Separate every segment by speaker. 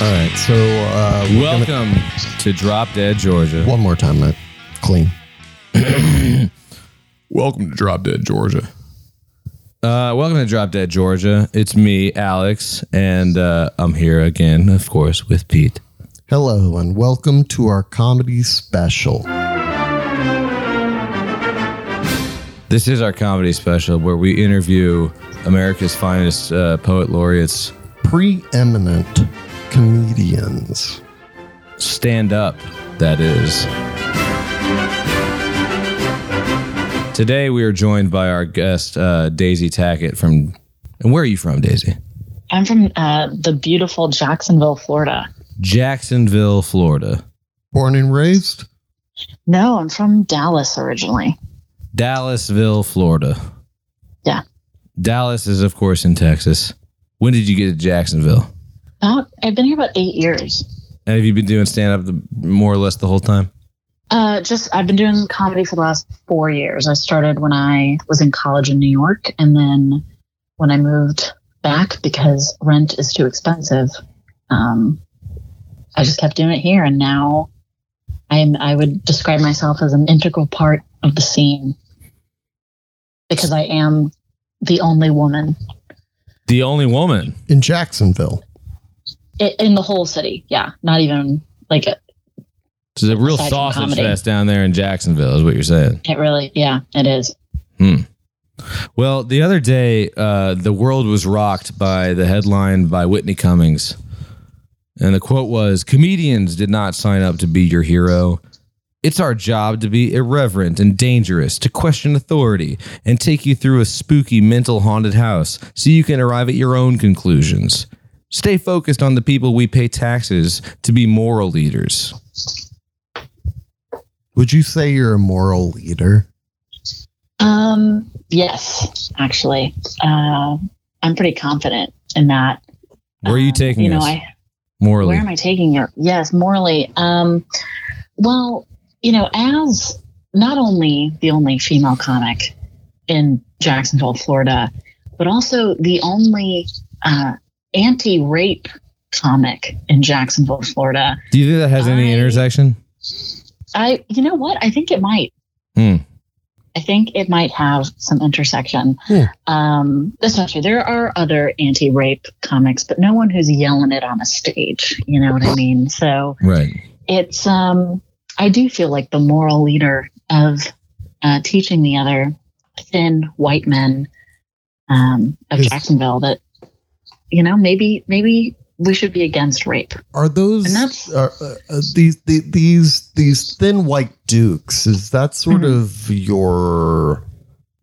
Speaker 1: All right. So uh, we're gonna-
Speaker 2: Welcome to Drop Dead Georgia.
Speaker 1: one more time, Matt. Clean.
Speaker 3: Welcome to Drop Dead Georgia.
Speaker 2: Uh, welcome to Drop Dead Georgia. It's me, Alex, and uh, I'm here again, of course, with Pete.
Speaker 1: Hello and welcome to our comedy special.
Speaker 2: This is our comedy special where we interview America's finest uh, poet laureates,
Speaker 1: Preeminent comedians.
Speaker 2: stand up, that is. Today we are joined by our guest uh, Daisy Tackett from, and where are you from, Daisy?
Speaker 4: I'm from uh, the beautiful Jacksonville, Florida.
Speaker 2: Jacksonville, Florida.
Speaker 1: Born and raised?
Speaker 4: No, I'm from Dallas originally.
Speaker 2: Dallasville, Florida.
Speaker 4: Yeah.
Speaker 2: Dallas is, of course, in Texas. When did you get to Jacksonville?
Speaker 4: About, I've been here about eight years.
Speaker 2: And have you been doing stand up the, more or less the whole time?
Speaker 4: Uh, just I've been doing comedy for the last four years. I started when I was in college in New York, and then when I moved back because rent is too expensive, um, I just kept doing it here, and now I'm I would describe myself as an integral part of the scene because I am the only woman
Speaker 2: The only woman.
Speaker 1: In Jacksonville.
Speaker 4: I- in the whole city. Yeah, not even like it,
Speaker 2: It's a real
Speaker 4: Aside from
Speaker 2: sausage
Speaker 4: comedy.
Speaker 2: fest down there in Jacksonville, is what you're saying.
Speaker 4: it really. Yeah, it is.
Speaker 2: Well, the other day, uh, the world was rocked by the headline by Whitney Cummings. And the quote was Comedians did not sign up to be your hero. It's our job to be irreverent and dangerous, to question authority, and take you through a spooky mental haunted house so you can arrive at your own conclusions. Stay focused on the people we pay taxes to be moral leaders.
Speaker 1: Would you say you're a moral leader?
Speaker 4: Um, yes, actually, uh, I'm pretty confident in that.
Speaker 2: Where are you
Speaker 4: Um,
Speaker 2: taking
Speaker 4: You know,
Speaker 2: this?
Speaker 4: I
Speaker 2: Morally.
Speaker 4: where am I taking it? Yes, morally. Um, well, you know, as not only the only female comic in Jacksonville, Florida, but also the only uh, anti-rape comic in Jacksonville, Florida.
Speaker 2: Do you think that has any
Speaker 4: I-
Speaker 2: intersection?
Speaker 4: I, you know what? I think it might.
Speaker 2: Hmm.
Speaker 4: I think it might have some intersection.
Speaker 1: Yeah.
Speaker 4: Um, especially there are other anti-rape comics, but no one who's yelling it on a stage. You know what I mean? So
Speaker 2: Right.
Speaker 4: it's, um, I do feel like the moral leader of uh, teaching the other thin white men um, of
Speaker 1: Is-
Speaker 4: Jacksonville that, you know, maybe maybe we should be against rape.
Speaker 1: Are those
Speaker 4: And that's-
Speaker 1: are, uh, uh, these, the- these these thin white dukes? Is that sort
Speaker 4: Mhm.
Speaker 1: of your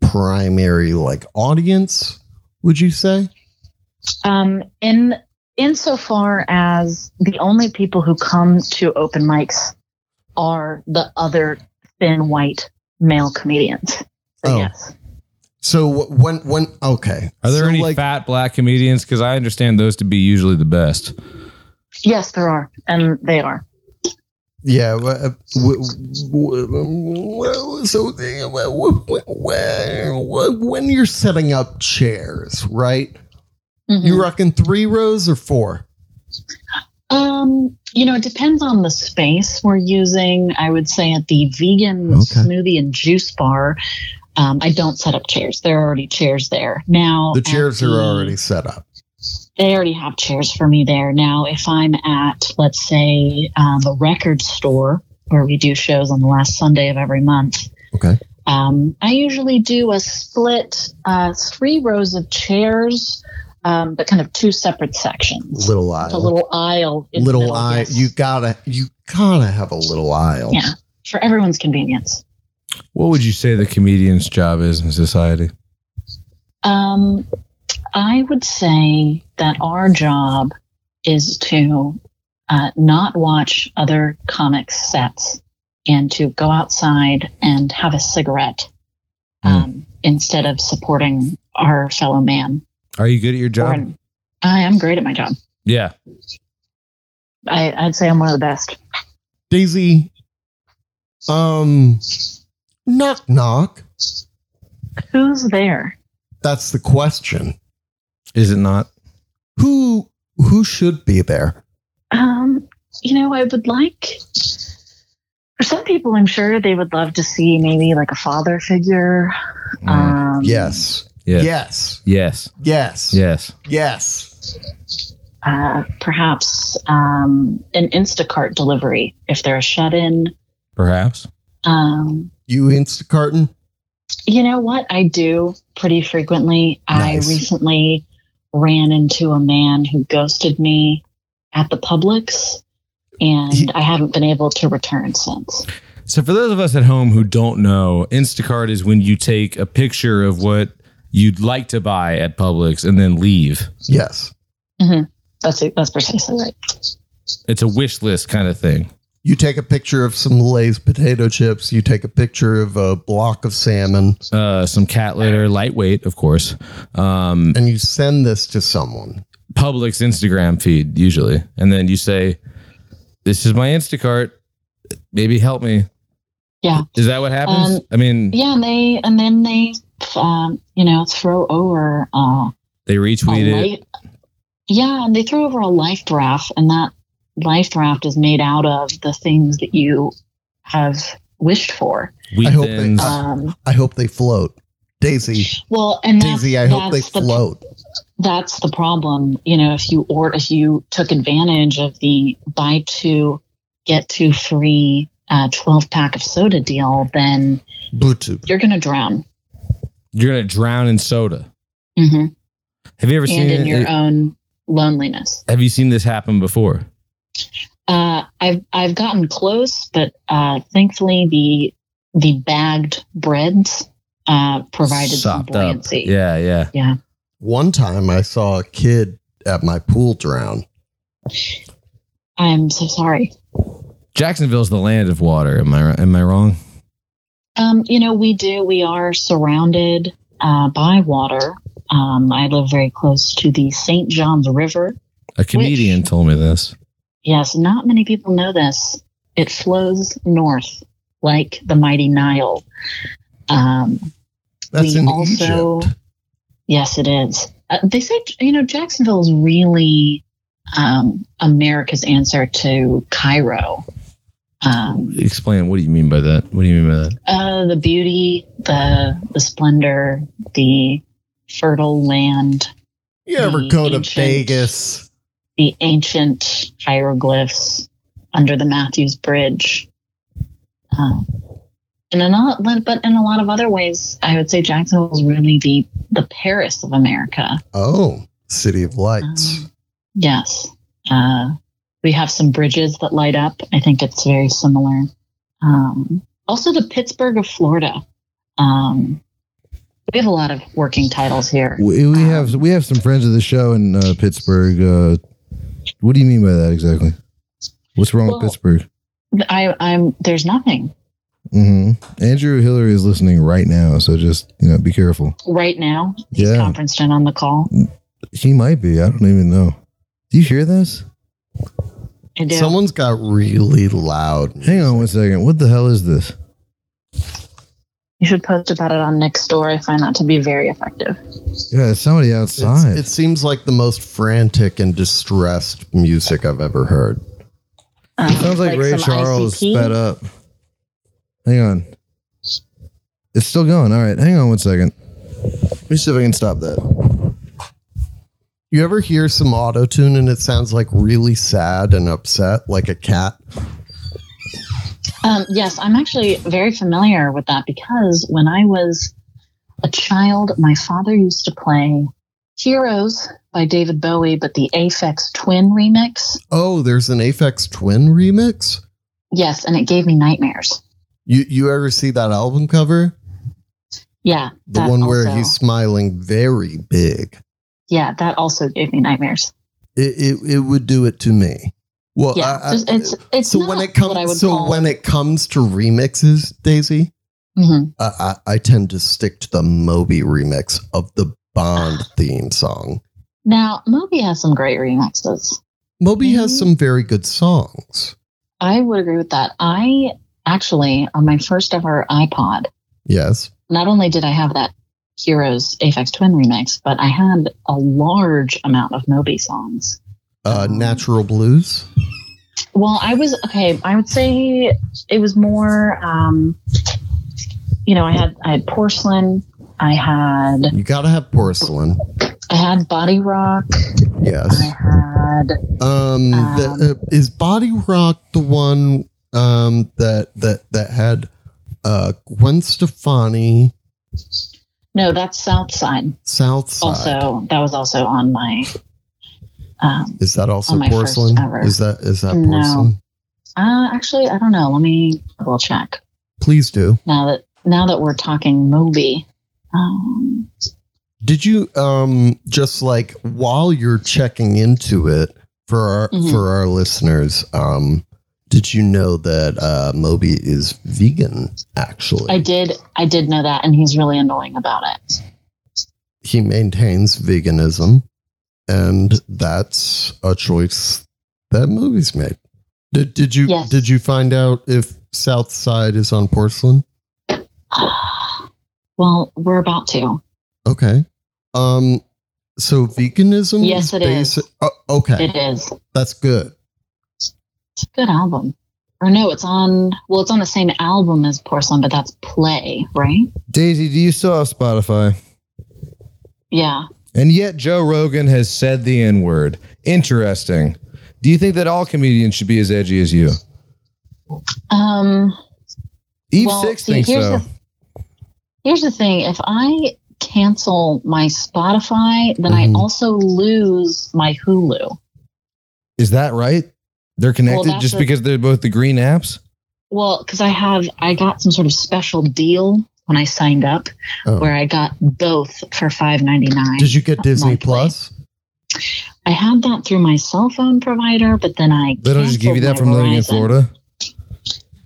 Speaker 1: primary like audience? Would you say?
Speaker 4: um, in insofar as the only people who come to open mics are the other thin white male comedians. So
Speaker 1: Oh.
Speaker 4: Yes.
Speaker 1: So wh- when when okay?
Speaker 2: Are there
Speaker 1: So,
Speaker 2: any fat black comedians? Because I understand those to be usually the best.
Speaker 4: Yes, there are, and they are.
Speaker 1: Yeah. w- w- w- w- So uh, w- w- w- when you're setting up chairs, right?
Speaker 4: Mhm.
Speaker 1: You reckon three rows or four?
Speaker 4: Um, you know, it depends on the space we're using. I would say at the vegan
Speaker 1: Okay.
Speaker 4: smoothie and juice bar, um, I don't set up chairs. There are already chairs there. Now
Speaker 1: The
Speaker 4: at
Speaker 1: chairs are
Speaker 4: the-
Speaker 1: already set up.
Speaker 4: they already have chairs for me there. Now, if I'm at, let's say, uh, the record store where we do shows on the last Sunday of every month,
Speaker 1: Okay.
Speaker 4: um, I usually do a split uh, three rows of chairs, um, but kind of two separate sections.
Speaker 1: Little
Speaker 4: It's a
Speaker 1: aisle.
Speaker 4: little aisle. in the
Speaker 1: Little
Speaker 4: middle,
Speaker 1: aisle.
Speaker 4: yes,
Speaker 1: You gotta. You gotta have a little aisle.
Speaker 4: Yeah. for everyone's convenience.
Speaker 2: What would you say the comedian's job is in society?
Speaker 4: Um, I would say that our job is to uh, not watch other comics sets and to go outside and have a cigarette um, instead of supporting our fellow man.
Speaker 2: Are you good at your
Speaker 4: Or
Speaker 2: job?
Speaker 4: an- I am great at my job.
Speaker 2: yeah.
Speaker 4: I, I'd say I'm one of the best.
Speaker 1: Daisy. Um. Knock knock.
Speaker 4: Who's there?
Speaker 1: That's the question.
Speaker 2: Is it not?
Speaker 1: Who who should be there?
Speaker 4: Um, you know, I would like for some people, I'm sure they would love to see maybe like a father figure.
Speaker 5: Mm.
Speaker 4: Um,
Speaker 1: Yes.
Speaker 5: Yeah.
Speaker 1: Yes.
Speaker 5: Yes.
Speaker 1: Yes.
Speaker 5: Yes.
Speaker 1: Yes.
Speaker 4: Uh, perhaps um, an Instacart delivery if they're a shut in.
Speaker 5: Perhaps.
Speaker 4: Um,
Speaker 1: You Instacarting?
Speaker 4: you know what I do pretty frequently?
Speaker 1: Nice.
Speaker 4: I recently ran into a man who ghosted me at the Publix, and
Speaker 1: He-
Speaker 4: I haven't been able to return since.
Speaker 5: So for those of us at home who don't know, Instacart is when you take a picture of what you'd like to buy at Publix and then leave.
Speaker 1: Yes.
Speaker 4: That's it. That's precisely right.
Speaker 5: It's a wish list kind of thing.
Speaker 1: You take a picture of some Lay's potato chips. You take a picture of a block of salmon,
Speaker 5: Uh, some cat litter, lightweight, of course. Um,
Speaker 1: and you send this to someone.
Speaker 5: Publix Instagram feed usually, and then you say, "This is my Instacart. Maybe help me."
Speaker 4: Yeah.
Speaker 5: Is that what happens?
Speaker 4: Um,
Speaker 5: I mean,
Speaker 4: Yeah, and they and then they, um, you know, throw over uh,
Speaker 5: they
Speaker 4: a
Speaker 5: retweet it.
Speaker 4: light. Yeah, and they throw over a life raft, and that life raft is made out of the things that you have wished for.
Speaker 1: I hope they-
Speaker 5: Weekends.
Speaker 2: uh,
Speaker 4: Um,
Speaker 1: I hope they float. Daisy,
Speaker 4: well, and that's,
Speaker 1: Daisy, I hope they
Speaker 4: that's the
Speaker 1: float.
Speaker 4: that's the problem. You know, if you or if you took advantage of the buy two get two free uh, twelve pack of soda deal, then
Speaker 1: Bluetooth.
Speaker 4: you're gonna drown.
Speaker 5: You're gonna drown in soda.
Speaker 4: hmm
Speaker 5: Have you ever seen?
Speaker 4: and in your
Speaker 5: it-
Speaker 4: own loneliness.
Speaker 5: have you seen this happen before?
Speaker 4: Uh, I've I've gotten close, but uh, thankfully the the bagged breads uh, provided some
Speaker 5: Sopped up.
Speaker 4: buoyancy.
Speaker 5: Yeah, yeah.
Speaker 1: One time I saw a kid at my pool drown.
Speaker 4: I'm so sorry.
Speaker 5: Jacksonville's the land of water. Am I ri- am I wrong?
Speaker 4: Um, you know, we do. We are surrounded uh, by water. Um, I live very close to the St. John's River.
Speaker 5: A comedian told me this.
Speaker 4: Yes, not many people know this. It flows north like the mighty Nile. Um,
Speaker 1: That's
Speaker 4: we
Speaker 1: in
Speaker 4: also,
Speaker 1: Egypt.
Speaker 4: yes, it is. Uh, they say you know Jacksonville is really um, America's answer to Cairo. Um,
Speaker 5: Explain. What do you mean by that? What do you mean by that?
Speaker 4: uh, the beauty, the the splendor, the fertile land,
Speaker 1: You ever
Speaker 4: the
Speaker 1: go to
Speaker 4: ancient-
Speaker 1: Vegas?
Speaker 4: the ancient hieroglyphs under the Matthews Bridge. Um, and in a, but in a lot of other ways, I would say Jacksonville is really the the Paris of America.
Speaker 1: Oh, City of Lights.
Speaker 4: Um, yes. Uh, we have some bridges that light up. I think it's very similar. Um, also, the Pittsburgh of Florida. Um, we have a lot of working titles here.
Speaker 2: We, we have we have some friends of the show in uh, Pittsburgh. Uh, what do you mean by that exactly? What's wrong
Speaker 4: Well-
Speaker 2: with Pittsburgh?
Speaker 4: I, I'm there's nothing
Speaker 2: hmm Andrew Hillary is listening right now, so just you know, be careful.
Speaker 4: right now. He's
Speaker 2: Yeah.
Speaker 4: conferenced in on the call.
Speaker 2: He might be. I don't even know. Do you hear this?
Speaker 4: I do.
Speaker 1: Someone's got really loud.
Speaker 2: Hang on one second. What the hell is this?
Speaker 4: you should post about it on Nextdoor. I find that to be very effective.
Speaker 2: Yeah, it's somebody
Speaker 1: It's-
Speaker 2: outside.
Speaker 1: it seems like the most frantic and distressed music I've ever heard.
Speaker 4: Um,
Speaker 2: Sounds like, Ray
Speaker 4: some
Speaker 2: Charles
Speaker 4: ICP.
Speaker 2: sped up. Hang on. It's still going. All right. Hang on one second. Let me see if I can stop that.
Speaker 1: You ever hear some auto tune and it sounds like really sad and upset, like a cat?
Speaker 4: Um, yes, I'm actually very familiar with that because when I was a child, my father used to play Heroes by David Bowie, but the Aphex Twin remix.
Speaker 1: Oh, there's an Aphex Twin remix.
Speaker 4: Yes, and it gave me nightmares.
Speaker 1: You you ever see that album cover?
Speaker 4: Yeah,
Speaker 1: The
Speaker 4: that
Speaker 1: one where
Speaker 4: also-
Speaker 1: he's smiling very big.
Speaker 4: yeah, that also gave me nightmares.
Speaker 1: It it, it would do it to me. Well,
Speaker 4: Yeah,
Speaker 1: I- I-
Speaker 4: just- it's it's
Speaker 1: so
Speaker 4: not
Speaker 1: when it
Speaker 4: what I would
Speaker 1: comes so
Speaker 4: call-
Speaker 1: when it comes to remixes, Daisy,
Speaker 4: Mhm.
Speaker 1: I, I I tend to stick to the Moby remix of the Bond theme song.
Speaker 4: now Moby has some great remixes.
Speaker 1: Moby
Speaker 4: Mhm.
Speaker 1: has some very good songs.
Speaker 4: I would agree with that. I actually on my first ever iPod
Speaker 1: Yes.
Speaker 4: not only did I have that Heroes Aphex Twin remix, but I had a large amount of Moby songs.
Speaker 1: Uh,
Speaker 4: Um,
Speaker 1: Natural Blues.
Speaker 4: Well, I was okay. I would say it was more. Um, you know, I had I had porcelain. I had
Speaker 1: You gotta have porcelain.
Speaker 4: I had body rock. I
Speaker 1: Yes.
Speaker 4: had
Speaker 1: Um, the, uh, is Body Rock the one um, that that that had uh, Gwen Stefani
Speaker 4: no. That's Southside.
Speaker 1: Southside?
Speaker 4: Also, that was also on my. Um,
Speaker 1: is that also
Speaker 4: on my first
Speaker 1: porcelain?
Speaker 4: ever.
Speaker 1: Is that is that
Speaker 4: No.
Speaker 1: porcelain?
Speaker 4: uh, actually, I don't know. Let me double check.
Speaker 1: Please do.
Speaker 4: now that now that we're talking Moby. Um,
Speaker 1: Did you um just like while you're checking into it for our
Speaker 4: Mhm.
Speaker 1: for our listeners, um did you know that uh Moby is vegan actually?
Speaker 4: I did I did know that, and he's really annoying about it.
Speaker 1: he maintains veganism and that's a choice that Moby's made. Did did you
Speaker 4: Yes.
Speaker 1: did you find out if Southside is on porcelain?
Speaker 4: well, we're about to.
Speaker 1: Okay. Um so veganism
Speaker 4: Yes,
Speaker 1: is
Speaker 4: it is.
Speaker 1: basi- Oh, okay.
Speaker 4: It is
Speaker 1: That's good.
Speaker 4: it's a good album. Or no, it's on. Well, it's on the same album as Porcelain, but that's Play, right?
Speaker 6: Daisy, do you still have Spotify?
Speaker 4: Yeah.
Speaker 2: And yet Joe Rogan has said the N word. Interesting. Do you think that all comedians should be as edgy as you?
Speaker 4: Um,
Speaker 6: Eve
Speaker 4: Well,
Speaker 6: Six
Speaker 4: see,
Speaker 6: thinks
Speaker 4: here's
Speaker 6: so.
Speaker 4: the- here's the thing: if I cancel my Spotify, then
Speaker 1: Mhm.
Speaker 4: I also lose my Hulu.
Speaker 2: Is that right? They're connected
Speaker 4: that's
Speaker 2: just
Speaker 4: a-
Speaker 2: because they're both the green apps?
Speaker 4: Well, because I have, I got some sort of special deal when I signed up,
Speaker 1: Oh.
Speaker 4: where I got both for five ninety nine.
Speaker 1: Did you get Disney
Speaker 4: monthly.
Speaker 1: Plus?
Speaker 4: I had that through my cell phone provider, but then I
Speaker 2: They don't just give you that
Speaker 4: canceled
Speaker 2: from
Speaker 4: my
Speaker 2: living in
Speaker 4: Verizon.
Speaker 2: Florida.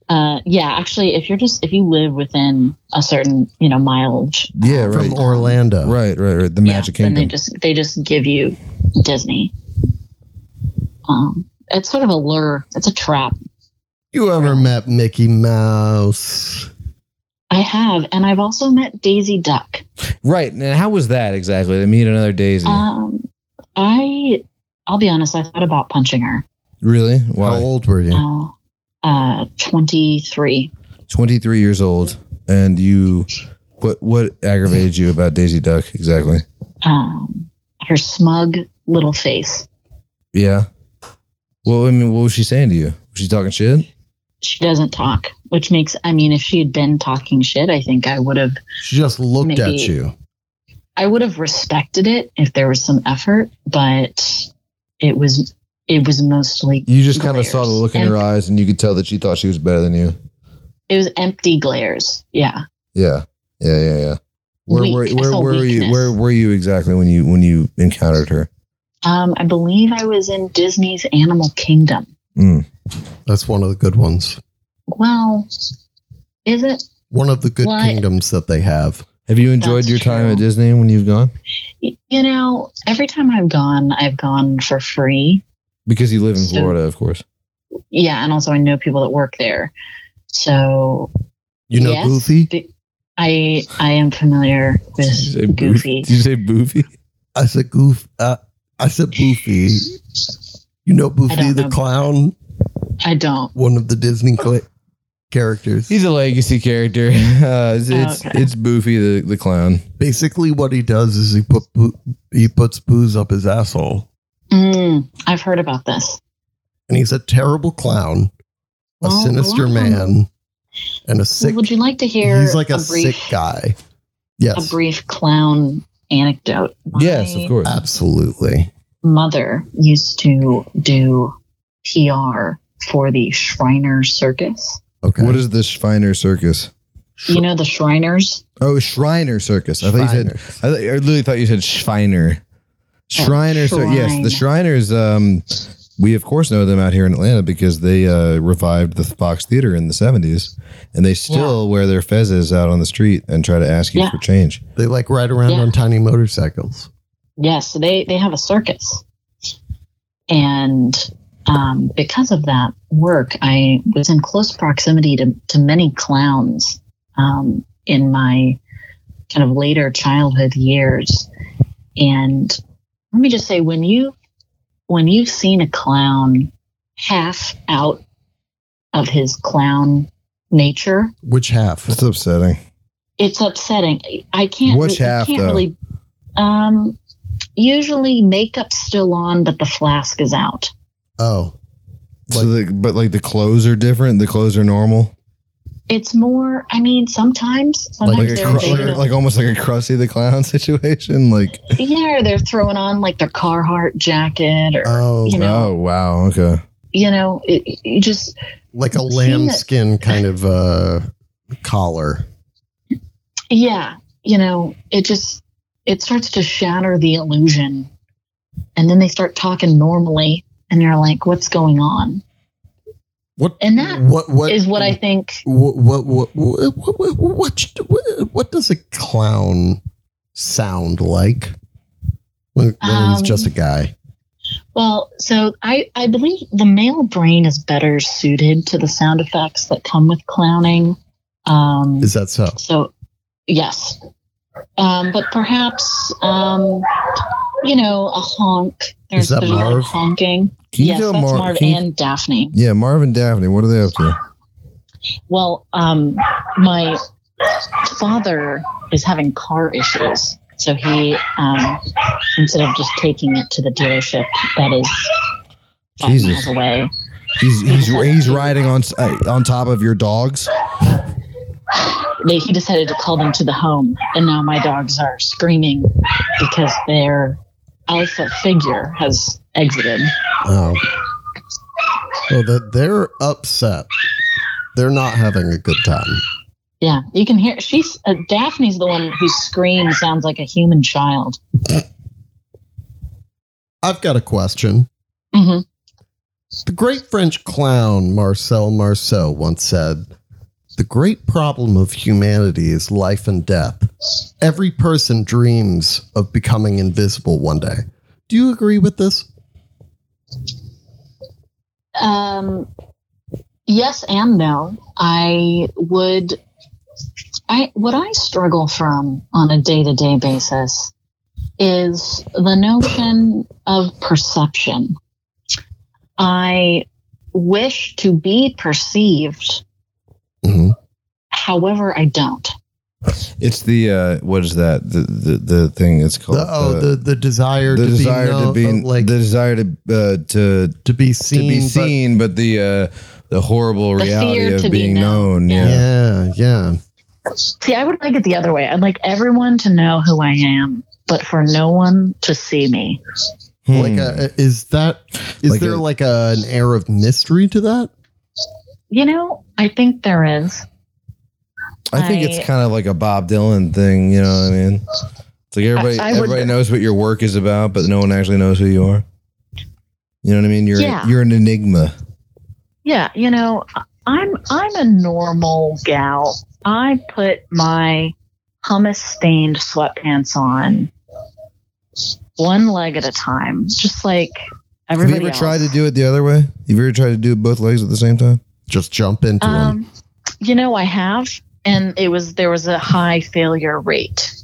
Speaker 4: Uh, yeah, actually, if you're just if you live within a certain you know mileage,
Speaker 2: Yeah, right.
Speaker 1: From Orlando.
Speaker 2: Right, right, right. The
Speaker 4: yeah,
Speaker 2: Magic
Speaker 4: then they
Speaker 2: Kingdom.
Speaker 4: just they just give you Disney. Um, it's sort of a lure. It's a trap.
Speaker 1: You ever met Mickey Mouse?
Speaker 4: I have, and I've also met Daisy Duck.
Speaker 2: Right. And how was that exactly? They meet another Daisy.
Speaker 4: Um, I I'll be honest. I thought about punching her.
Speaker 2: really?
Speaker 1: How
Speaker 2: Wow.
Speaker 1: old were you?
Speaker 4: Uh, uh, twenty three.
Speaker 2: 23 years old. And you, what, what aggravated you about Daisy Duck exactly?
Speaker 4: Um, her smug little face.
Speaker 2: Yeah. Well, I mean, what was she saying to you? Was she talking shit?
Speaker 4: She doesn't talk, which makes. I mean, if she had been talking shit, I think I would have.
Speaker 1: She just looked at
Speaker 4: Maybe-
Speaker 1: you.
Speaker 4: I would have respected it if there was some effort, but it was. It was mostly.
Speaker 2: You just
Speaker 4: kinda
Speaker 2: kind of
Speaker 4: saw
Speaker 2: saw
Speaker 4: the
Speaker 2: the
Speaker 4: glares.
Speaker 2: look in her eyes, and you could tell that she thought she was better than you.
Speaker 4: It was empty glares. Yeah.
Speaker 2: Yeah, yeah, yeah, yeah. Where
Speaker 4: Weak.
Speaker 2: were
Speaker 4: I
Speaker 2: where,
Speaker 4: saw
Speaker 2: where were you?
Speaker 4: weakness.
Speaker 2: Where were you exactly when you when you encountered her?
Speaker 4: Um, I believe I was in Disney's Animal Kingdom.
Speaker 2: Hmm.
Speaker 1: That's one of the good ones.
Speaker 4: Well, is it?
Speaker 1: One of the good
Speaker 4: Well, I-
Speaker 1: kingdoms that they have.
Speaker 2: Have you enjoyed
Speaker 4: That's
Speaker 2: your time
Speaker 4: true.
Speaker 2: at Disney when you've gone?
Speaker 4: Y- You know, every time I've gone, I've gone for free.
Speaker 2: Because you live in
Speaker 4: So-
Speaker 2: Florida, of course.
Speaker 4: Yeah, and also I know people that work there. So
Speaker 1: You know
Speaker 4: yes,
Speaker 1: Goofy?
Speaker 4: the- I I am familiar with Goofy.
Speaker 2: you say Boofy?
Speaker 1: I said Goof. Uh, I said Boofy. You know Boofy
Speaker 4: don't
Speaker 1: the
Speaker 4: know.
Speaker 1: clown,
Speaker 4: I don't.
Speaker 1: one of the Disney cl- characters.
Speaker 2: He's a legacy character. Uh, it's it's,
Speaker 4: Oh, Okay.
Speaker 2: it's Boofy the, the clown.
Speaker 1: Basically, what he does is he put boo- he puts booze up his asshole,
Speaker 4: Mm, I've heard about this.
Speaker 1: and he's a terrible clown, a
Speaker 4: Well,
Speaker 1: sinister
Speaker 4: Oh, wow.
Speaker 1: man, and a sick.
Speaker 4: Would you like to hear?
Speaker 1: he's like a,
Speaker 4: brief,
Speaker 1: sick guy.
Speaker 4: a
Speaker 1: Yes,
Speaker 4: brief clown anecdote.
Speaker 2: Yes,
Speaker 4: My
Speaker 2: of course.
Speaker 1: absolutely.
Speaker 4: Mother used to do PR for the Shriner Circus.
Speaker 1: Okay.
Speaker 2: What is the Shriner Circus?
Speaker 4: You know the Shriners.
Speaker 2: Oh, Shriner Circus. I thought you said I, th- I literally thought you said Shriner.
Speaker 4: Oh,
Speaker 2: Shriner. So yes, the Shriners. Um, we of course know them out here in Atlanta because they uh, revived the Fox Theater in the seventies, and they still wear their fezes out on the street and try to ask you
Speaker 4: Yeah.
Speaker 2: for change.
Speaker 1: They like ride around
Speaker 4: Yeah.
Speaker 1: on tiny motorcycles.
Speaker 4: Yes, so they they have a circus, and um, because of that work, I was in close proximity to to many clowns um, in my kind of later childhood years. And let me just say, when you when you've seen a clown half out of his clown nature.
Speaker 1: Which half?
Speaker 2: It's upsetting.
Speaker 4: It's upsetting. I can't.
Speaker 2: Which
Speaker 4: re- I
Speaker 2: half,
Speaker 4: can't
Speaker 2: though?
Speaker 4: really. Um, usually makeup's still on, but the flask is out.
Speaker 1: Oh,
Speaker 2: so the, but like the clothes are different. The clothes are normal.
Speaker 4: It's more. I mean, sometimes, sometimes
Speaker 2: Like a
Speaker 4: they're
Speaker 2: cru-
Speaker 4: they're-
Speaker 2: like, like almost like a Krusty the Clown situation. Like
Speaker 4: yeah, they're throwing on like their Carhartt jacket or
Speaker 1: oh,
Speaker 4: you know,
Speaker 2: oh wow okay
Speaker 4: you know, it, you just
Speaker 1: like a
Speaker 4: Seen
Speaker 1: lambskin kind of uh, collar.
Speaker 4: yeah, you know, it just it starts to shatter the illusion, and then they start talking normally, and you're like, what's going on?
Speaker 1: What
Speaker 4: And that is
Speaker 1: what what
Speaker 4: what I think.
Speaker 1: what what what what what, what, what, what does a clown sound like when, when he's
Speaker 4: Um,
Speaker 1: just a guy?
Speaker 4: Well, so I I believe the male brain is better suited to the sound effects that come with clowning. Um,
Speaker 1: Is that so?
Speaker 4: So, yes. Um, but perhaps, um, you know, a honk.
Speaker 1: Is that
Speaker 4: there's a lot of
Speaker 1: Marv?
Speaker 4: honking.
Speaker 2: Can you
Speaker 4: yes,
Speaker 2: tell
Speaker 4: that's
Speaker 2: Mar-
Speaker 4: Marv
Speaker 2: can you-
Speaker 4: and Daphne.
Speaker 2: yeah Marv and Daphne what are they up to
Speaker 4: Well, um, my father is having car issues. So he, um, instead of just taking it to the dealership, that is five
Speaker 2: Jesus.
Speaker 4: miles away.
Speaker 2: he's he's he's riding on s- uh, on top of your dogs
Speaker 4: They, he decided to call them to the home, and now my dogs are screaming because their alpha figure has exited.
Speaker 1: Oh, well, that they're upset. They're not having a good time.
Speaker 4: Yeah, you can hear. She's uh, Daphne's the one whose scream sounds like a human child.
Speaker 1: I've got a question.
Speaker 4: hmm
Speaker 1: The great French clown Marcel Marceau once said, The great problem of humanity is life and death. Every person dreams of becoming invisible one day. Do you agree with this?
Speaker 4: Um, yes and no. I would. I what I struggle from on a day to day basis is the notion of perception. I wish to be perceived.
Speaker 1: Mhm.
Speaker 4: However, I don't.
Speaker 2: it's the uh what is that the the, the thing it's called uh,
Speaker 1: The, oh, the, the desire,
Speaker 2: the
Speaker 1: to,
Speaker 2: desire
Speaker 1: be known,
Speaker 2: to be
Speaker 1: like
Speaker 2: the desire to uh, to
Speaker 1: to be seen.
Speaker 2: to be
Speaker 1: but-
Speaker 2: seen, but, the uh, the horrible
Speaker 4: The fear
Speaker 2: reality
Speaker 4: to
Speaker 2: of
Speaker 4: be
Speaker 2: being known.
Speaker 4: known,
Speaker 2: Yeah.
Speaker 1: yeah, yeah.
Speaker 4: See, I would like it the other way. I'd like everyone to know who I am, but for no one to see me.
Speaker 2: Hmm.
Speaker 1: Like, a, is that is
Speaker 2: Like
Speaker 1: there
Speaker 2: a-
Speaker 1: like a, an air of mystery to that?
Speaker 4: You know, I think there is.
Speaker 2: I think
Speaker 4: I-
Speaker 2: it's kind of like a Bob Dylan thing. You know what I mean? It's like everybody
Speaker 4: I would-
Speaker 2: everybody knows what your work is about, but no one actually knows who you are. You know what I mean? You're
Speaker 4: Yeah.
Speaker 2: you're an enigma.
Speaker 4: Yeah, you know, I- I'm I'm a normal gal. I put my hummus stained sweatpants on one leg at a time, just like
Speaker 2: Have you
Speaker 4: everybody
Speaker 2: ever
Speaker 4: else.
Speaker 2: tried to do it the other way? Have you ever tried to do both legs at the same time?
Speaker 1: Just jump into them.
Speaker 4: um, you know, I have, and it was there was a high failure rate.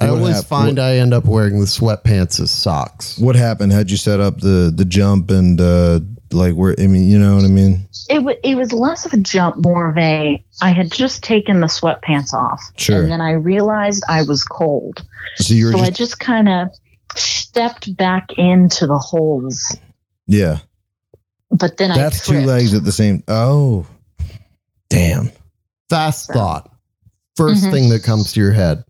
Speaker 1: I
Speaker 2: what
Speaker 1: always
Speaker 2: hap-
Speaker 1: find I end up wearing the sweatpants as socks.
Speaker 2: What happened? How'd you set up the the jump and uh, like where? I mean, you know what I mean?
Speaker 4: It, w- it was less of a jump, more of a. I had just taken the sweatpants off.
Speaker 2: Sure.
Speaker 4: And then I realized I was cold.
Speaker 2: So you were
Speaker 4: So I
Speaker 2: just
Speaker 4: just kind of stepped back into the holes.
Speaker 2: yeah.
Speaker 4: But then
Speaker 2: That's two
Speaker 4: I. tripped.
Speaker 2: legs at the same. Oh, damn!
Speaker 1: Fast thought. 1st
Speaker 4: Mhm.
Speaker 1: thing that comes to your head.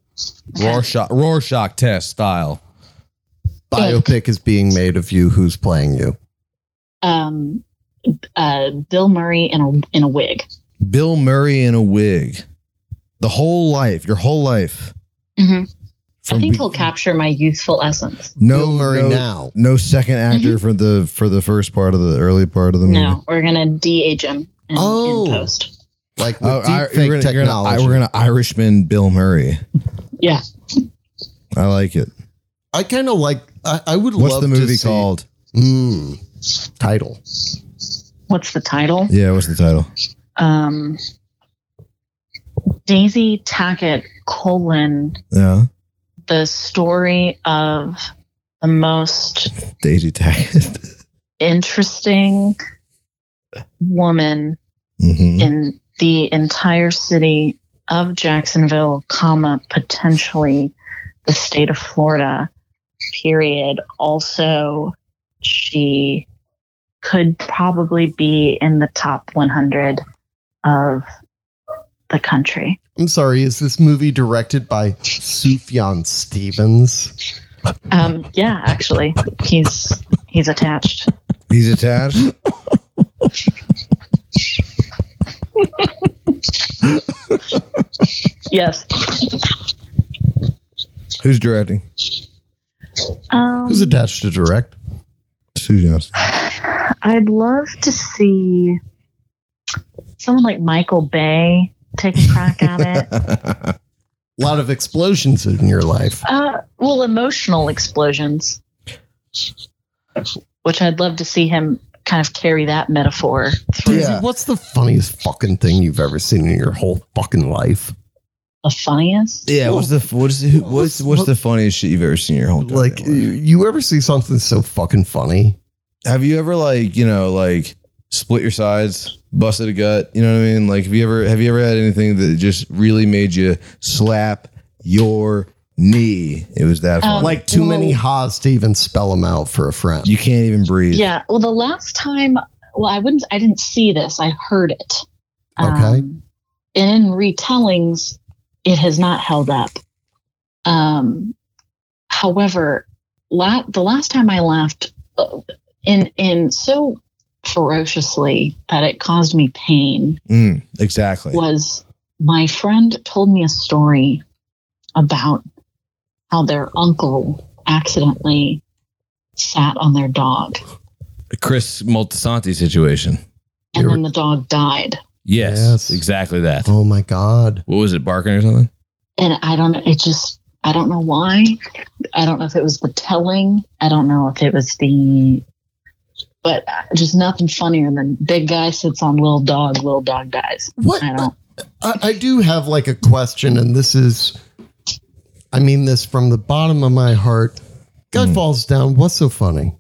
Speaker 4: Okay.
Speaker 5: Rorschach, Rorschach test style.
Speaker 1: Biopic is being made of you. Who's playing you?
Speaker 4: Um, uh, Bill Murray in a, in a wig.
Speaker 2: Bill Murray in a wig, the whole life, your whole life.
Speaker 4: hmm I
Speaker 2: From
Speaker 4: think
Speaker 2: be-
Speaker 4: he'll capture my youthful essence.
Speaker 2: no
Speaker 1: Bill Murray
Speaker 2: no,
Speaker 1: now.
Speaker 2: No second actor for the for the first part of the early part of the movie.
Speaker 4: Mm-hmm. No, we're going to de age him in,
Speaker 1: Oh.
Speaker 4: in post.
Speaker 1: Like with
Speaker 2: Oh, I,
Speaker 1: deep
Speaker 2: we're
Speaker 1: fake
Speaker 2: gonna, you're gonna, I-
Speaker 1: technology.
Speaker 2: we're gonna Irishman Bill Murray.
Speaker 4: Yeah.
Speaker 2: I like it.
Speaker 1: I kind of like. I, I would
Speaker 2: What's
Speaker 1: love
Speaker 2: the
Speaker 1: to
Speaker 2: movie
Speaker 1: see-
Speaker 2: called?
Speaker 1: Mm, title.
Speaker 4: What's the title?
Speaker 2: Yeah, what's the title?
Speaker 4: Um, Daisy Tackett colon
Speaker 2: Yeah,
Speaker 4: the story of the most
Speaker 2: Daisy Tackett.
Speaker 4: interesting woman
Speaker 2: Mm-hmm.
Speaker 4: in the entire city of Jacksonville, comma, potentially the state of Florida, period. Also, she could probably be in the top 100 of the country.
Speaker 1: I'm sorry, is this movie directed by Sufjan Stevens?
Speaker 4: Um, yeah, actually, he's he's attached.
Speaker 2: He's attached.
Speaker 4: Yes.
Speaker 2: Who's directing?
Speaker 4: Um,
Speaker 1: Who's attached to direct?
Speaker 2: Sue Johnson.
Speaker 4: I'd love to see someone like Michael Bay take a crack at it.
Speaker 1: A lot of explosions in your life.
Speaker 4: Uh, well, emotional explosions, which I'd love to see him kind of carry that metaphor.
Speaker 1: Daisy,
Speaker 2: Yeah.
Speaker 1: What's the funniest fucking thing you've ever seen in your whole fucking life?
Speaker 4: The funniest.
Speaker 2: Yeah. What's the what's the, what's what's the funniest shit you've ever seen in your whole entire
Speaker 1: Like,
Speaker 2: life?
Speaker 1: you, you ever see something so fucking funny?
Speaker 2: Have you ever like you know like split your sides, busted a gut? You know what I mean? Like have you ever have you ever had anything that just really made you slap your knee? It was that
Speaker 4: Um,
Speaker 2: funny.
Speaker 1: Like too
Speaker 4: Well-
Speaker 1: many ha's to even spell them out for a friend.
Speaker 2: you can't even breathe.
Speaker 4: Um, Yeah. Well, the last time, well, I wouldn't, I didn't see this. I heard it. Um,
Speaker 1: Okay.
Speaker 4: and in retellings, it has not held up. Um, however, la- the last time I laughed uh, in in so ferociously that it caused me pain.
Speaker 2: Mm, exactly.
Speaker 4: was my friend told me a story about how their uncle accidentally sat on their dog
Speaker 5: Chris Moltisanti situation.
Speaker 4: and
Speaker 1: You're-
Speaker 4: then the dog died.
Speaker 5: Yes,
Speaker 1: Yes.
Speaker 5: exactly that.
Speaker 1: oh my God.
Speaker 5: What was it, barking or something?
Speaker 4: And I don't know, it just, I don't know why. I don't know if it was the telling. I don't know if it was the, but just nothing funnier than big guy sits on little dog, little dog dies.
Speaker 1: What?
Speaker 4: I don't,
Speaker 1: I, I do have like a question, and this is, I mean this from the bottom of my heart. Guy
Speaker 2: Mm.
Speaker 1: falls down. What's so funny?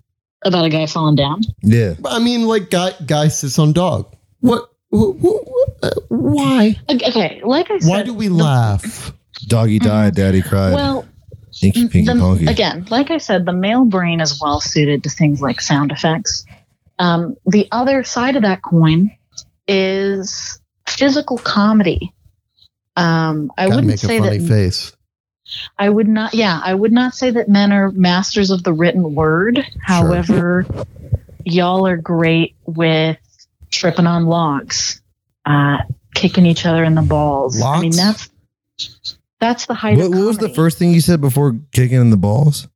Speaker 4: about a guy falling down.
Speaker 2: yeah.
Speaker 1: I mean, like guy guy sits on dog. What? wh- wh- uh, Why?
Speaker 4: Okay, like I said,
Speaker 1: Why do we laugh?
Speaker 2: Doggy died, daddy cried.
Speaker 4: Mm-hmm. well, mm,
Speaker 2: Inky pinky
Speaker 4: the-
Speaker 2: ponky.
Speaker 4: Again, like I said, the male brain is well suited to things like sound effects. Um, the other side of that coin is physical comedy. Um, I
Speaker 1: Gotta
Speaker 4: wouldn't
Speaker 1: make a
Speaker 4: say
Speaker 1: funny
Speaker 4: that
Speaker 1: face.
Speaker 4: I would not. Yeah, I would not say that men are masters of the written word. However, y'all are great with tripping on locks, uh, kicking each other in the balls. I mean,
Speaker 1: Locks?
Speaker 4: that's that's the height.
Speaker 2: What,
Speaker 4: of
Speaker 2: what was the
Speaker 4: comedy.
Speaker 2: first thing you said before kicking in the balls?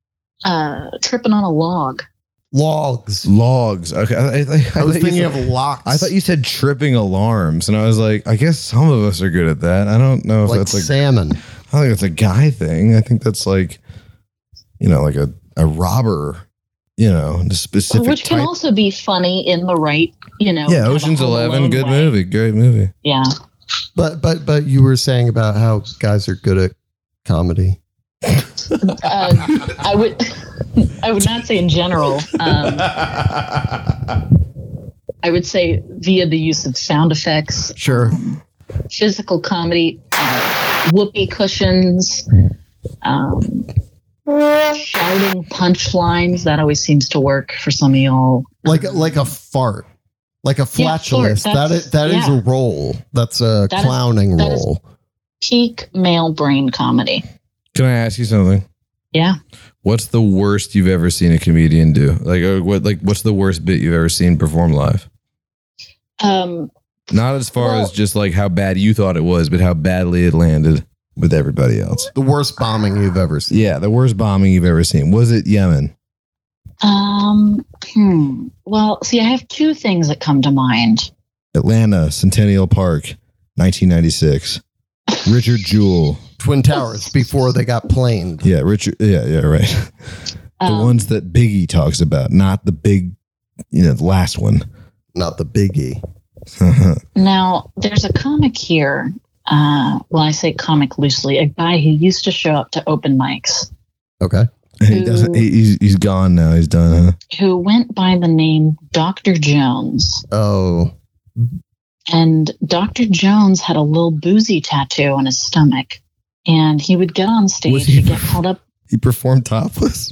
Speaker 4: Uh, tripping on a log.
Speaker 1: Logs.
Speaker 2: Logs. Okay. I,
Speaker 1: I
Speaker 2: I, I,
Speaker 1: was
Speaker 2: thought you
Speaker 1: thinking
Speaker 2: said-
Speaker 1: of locks.
Speaker 2: I thought you said tripping alarms, and I was like, I guess some of us are good at that. I don't know if
Speaker 1: like
Speaker 2: that's like
Speaker 1: salmon.
Speaker 2: I don't think that's a guy thing. I think that's like, you know, like a, a robber, you know, a specific
Speaker 4: which can
Speaker 2: type.
Speaker 4: also be funny in the right, you know.
Speaker 2: yeah,
Speaker 4: kind of
Speaker 2: Ocean's
Speaker 4: Home
Speaker 2: Eleven,
Speaker 4: Alone
Speaker 2: good
Speaker 4: way.
Speaker 2: movie, great movie.
Speaker 4: Yeah,
Speaker 1: But but but you were saying about how guys are good at comedy.
Speaker 4: uh, I would, I would not say in general. Um, I would say via the use of sound effects,
Speaker 1: Sure.
Speaker 4: physical comedy, uh, whoopee cushions, um, shouting punchlines. That always seems to work for some of y'all.
Speaker 1: Like like a fart. Like a
Speaker 4: Yeah, sure,
Speaker 1: flatulence. That
Speaker 4: that's-
Speaker 1: is that is
Speaker 4: yeah.
Speaker 1: a roll. That's a
Speaker 4: That is-
Speaker 1: clowning
Speaker 4: that is-
Speaker 1: roll.
Speaker 4: Peak male brain comedy.
Speaker 2: Can I ask you something?
Speaker 4: Yeah.
Speaker 2: What's the worst you've ever seen a comedian do? Like, uh, what? Like, what's the worst bit you've ever seen perform live?
Speaker 4: Um,
Speaker 2: Not as far
Speaker 4: Well-
Speaker 2: as just like how bad you thought it was, but how badly it landed with everybody else.
Speaker 1: The worst bombing you've ever seen.
Speaker 2: Yeah, the worst bombing you've ever seen was it Yemen?
Speaker 4: um, hmm. Well, see, I have two things that come to mind.
Speaker 2: Atlanta, Centennial Park, 1996. Richard Jewell.
Speaker 1: Twin Towers before they got planed.
Speaker 2: Yeah, Richard. Yeah, yeah, right. The
Speaker 4: Um,
Speaker 2: ones that Biggie talks about, not the big, you know, the last one.
Speaker 1: Not the biggie.
Speaker 4: Now, there's a comic here. Uh, well, I say comic loosely, a guy who used to show up to open mics.
Speaker 1: Okay.
Speaker 2: He doesn't. He, he's he's gone now. He's done. Huh?
Speaker 4: who went by the name Dr. Jones.
Speaker 1: Oh,
Speaker 4: And Dr. Jones had a little boozy tattoo on his stomach. And he would get on stage
Speaker 2: he-
Speaker 4: to get held up.
Speaker 2: He performed topless.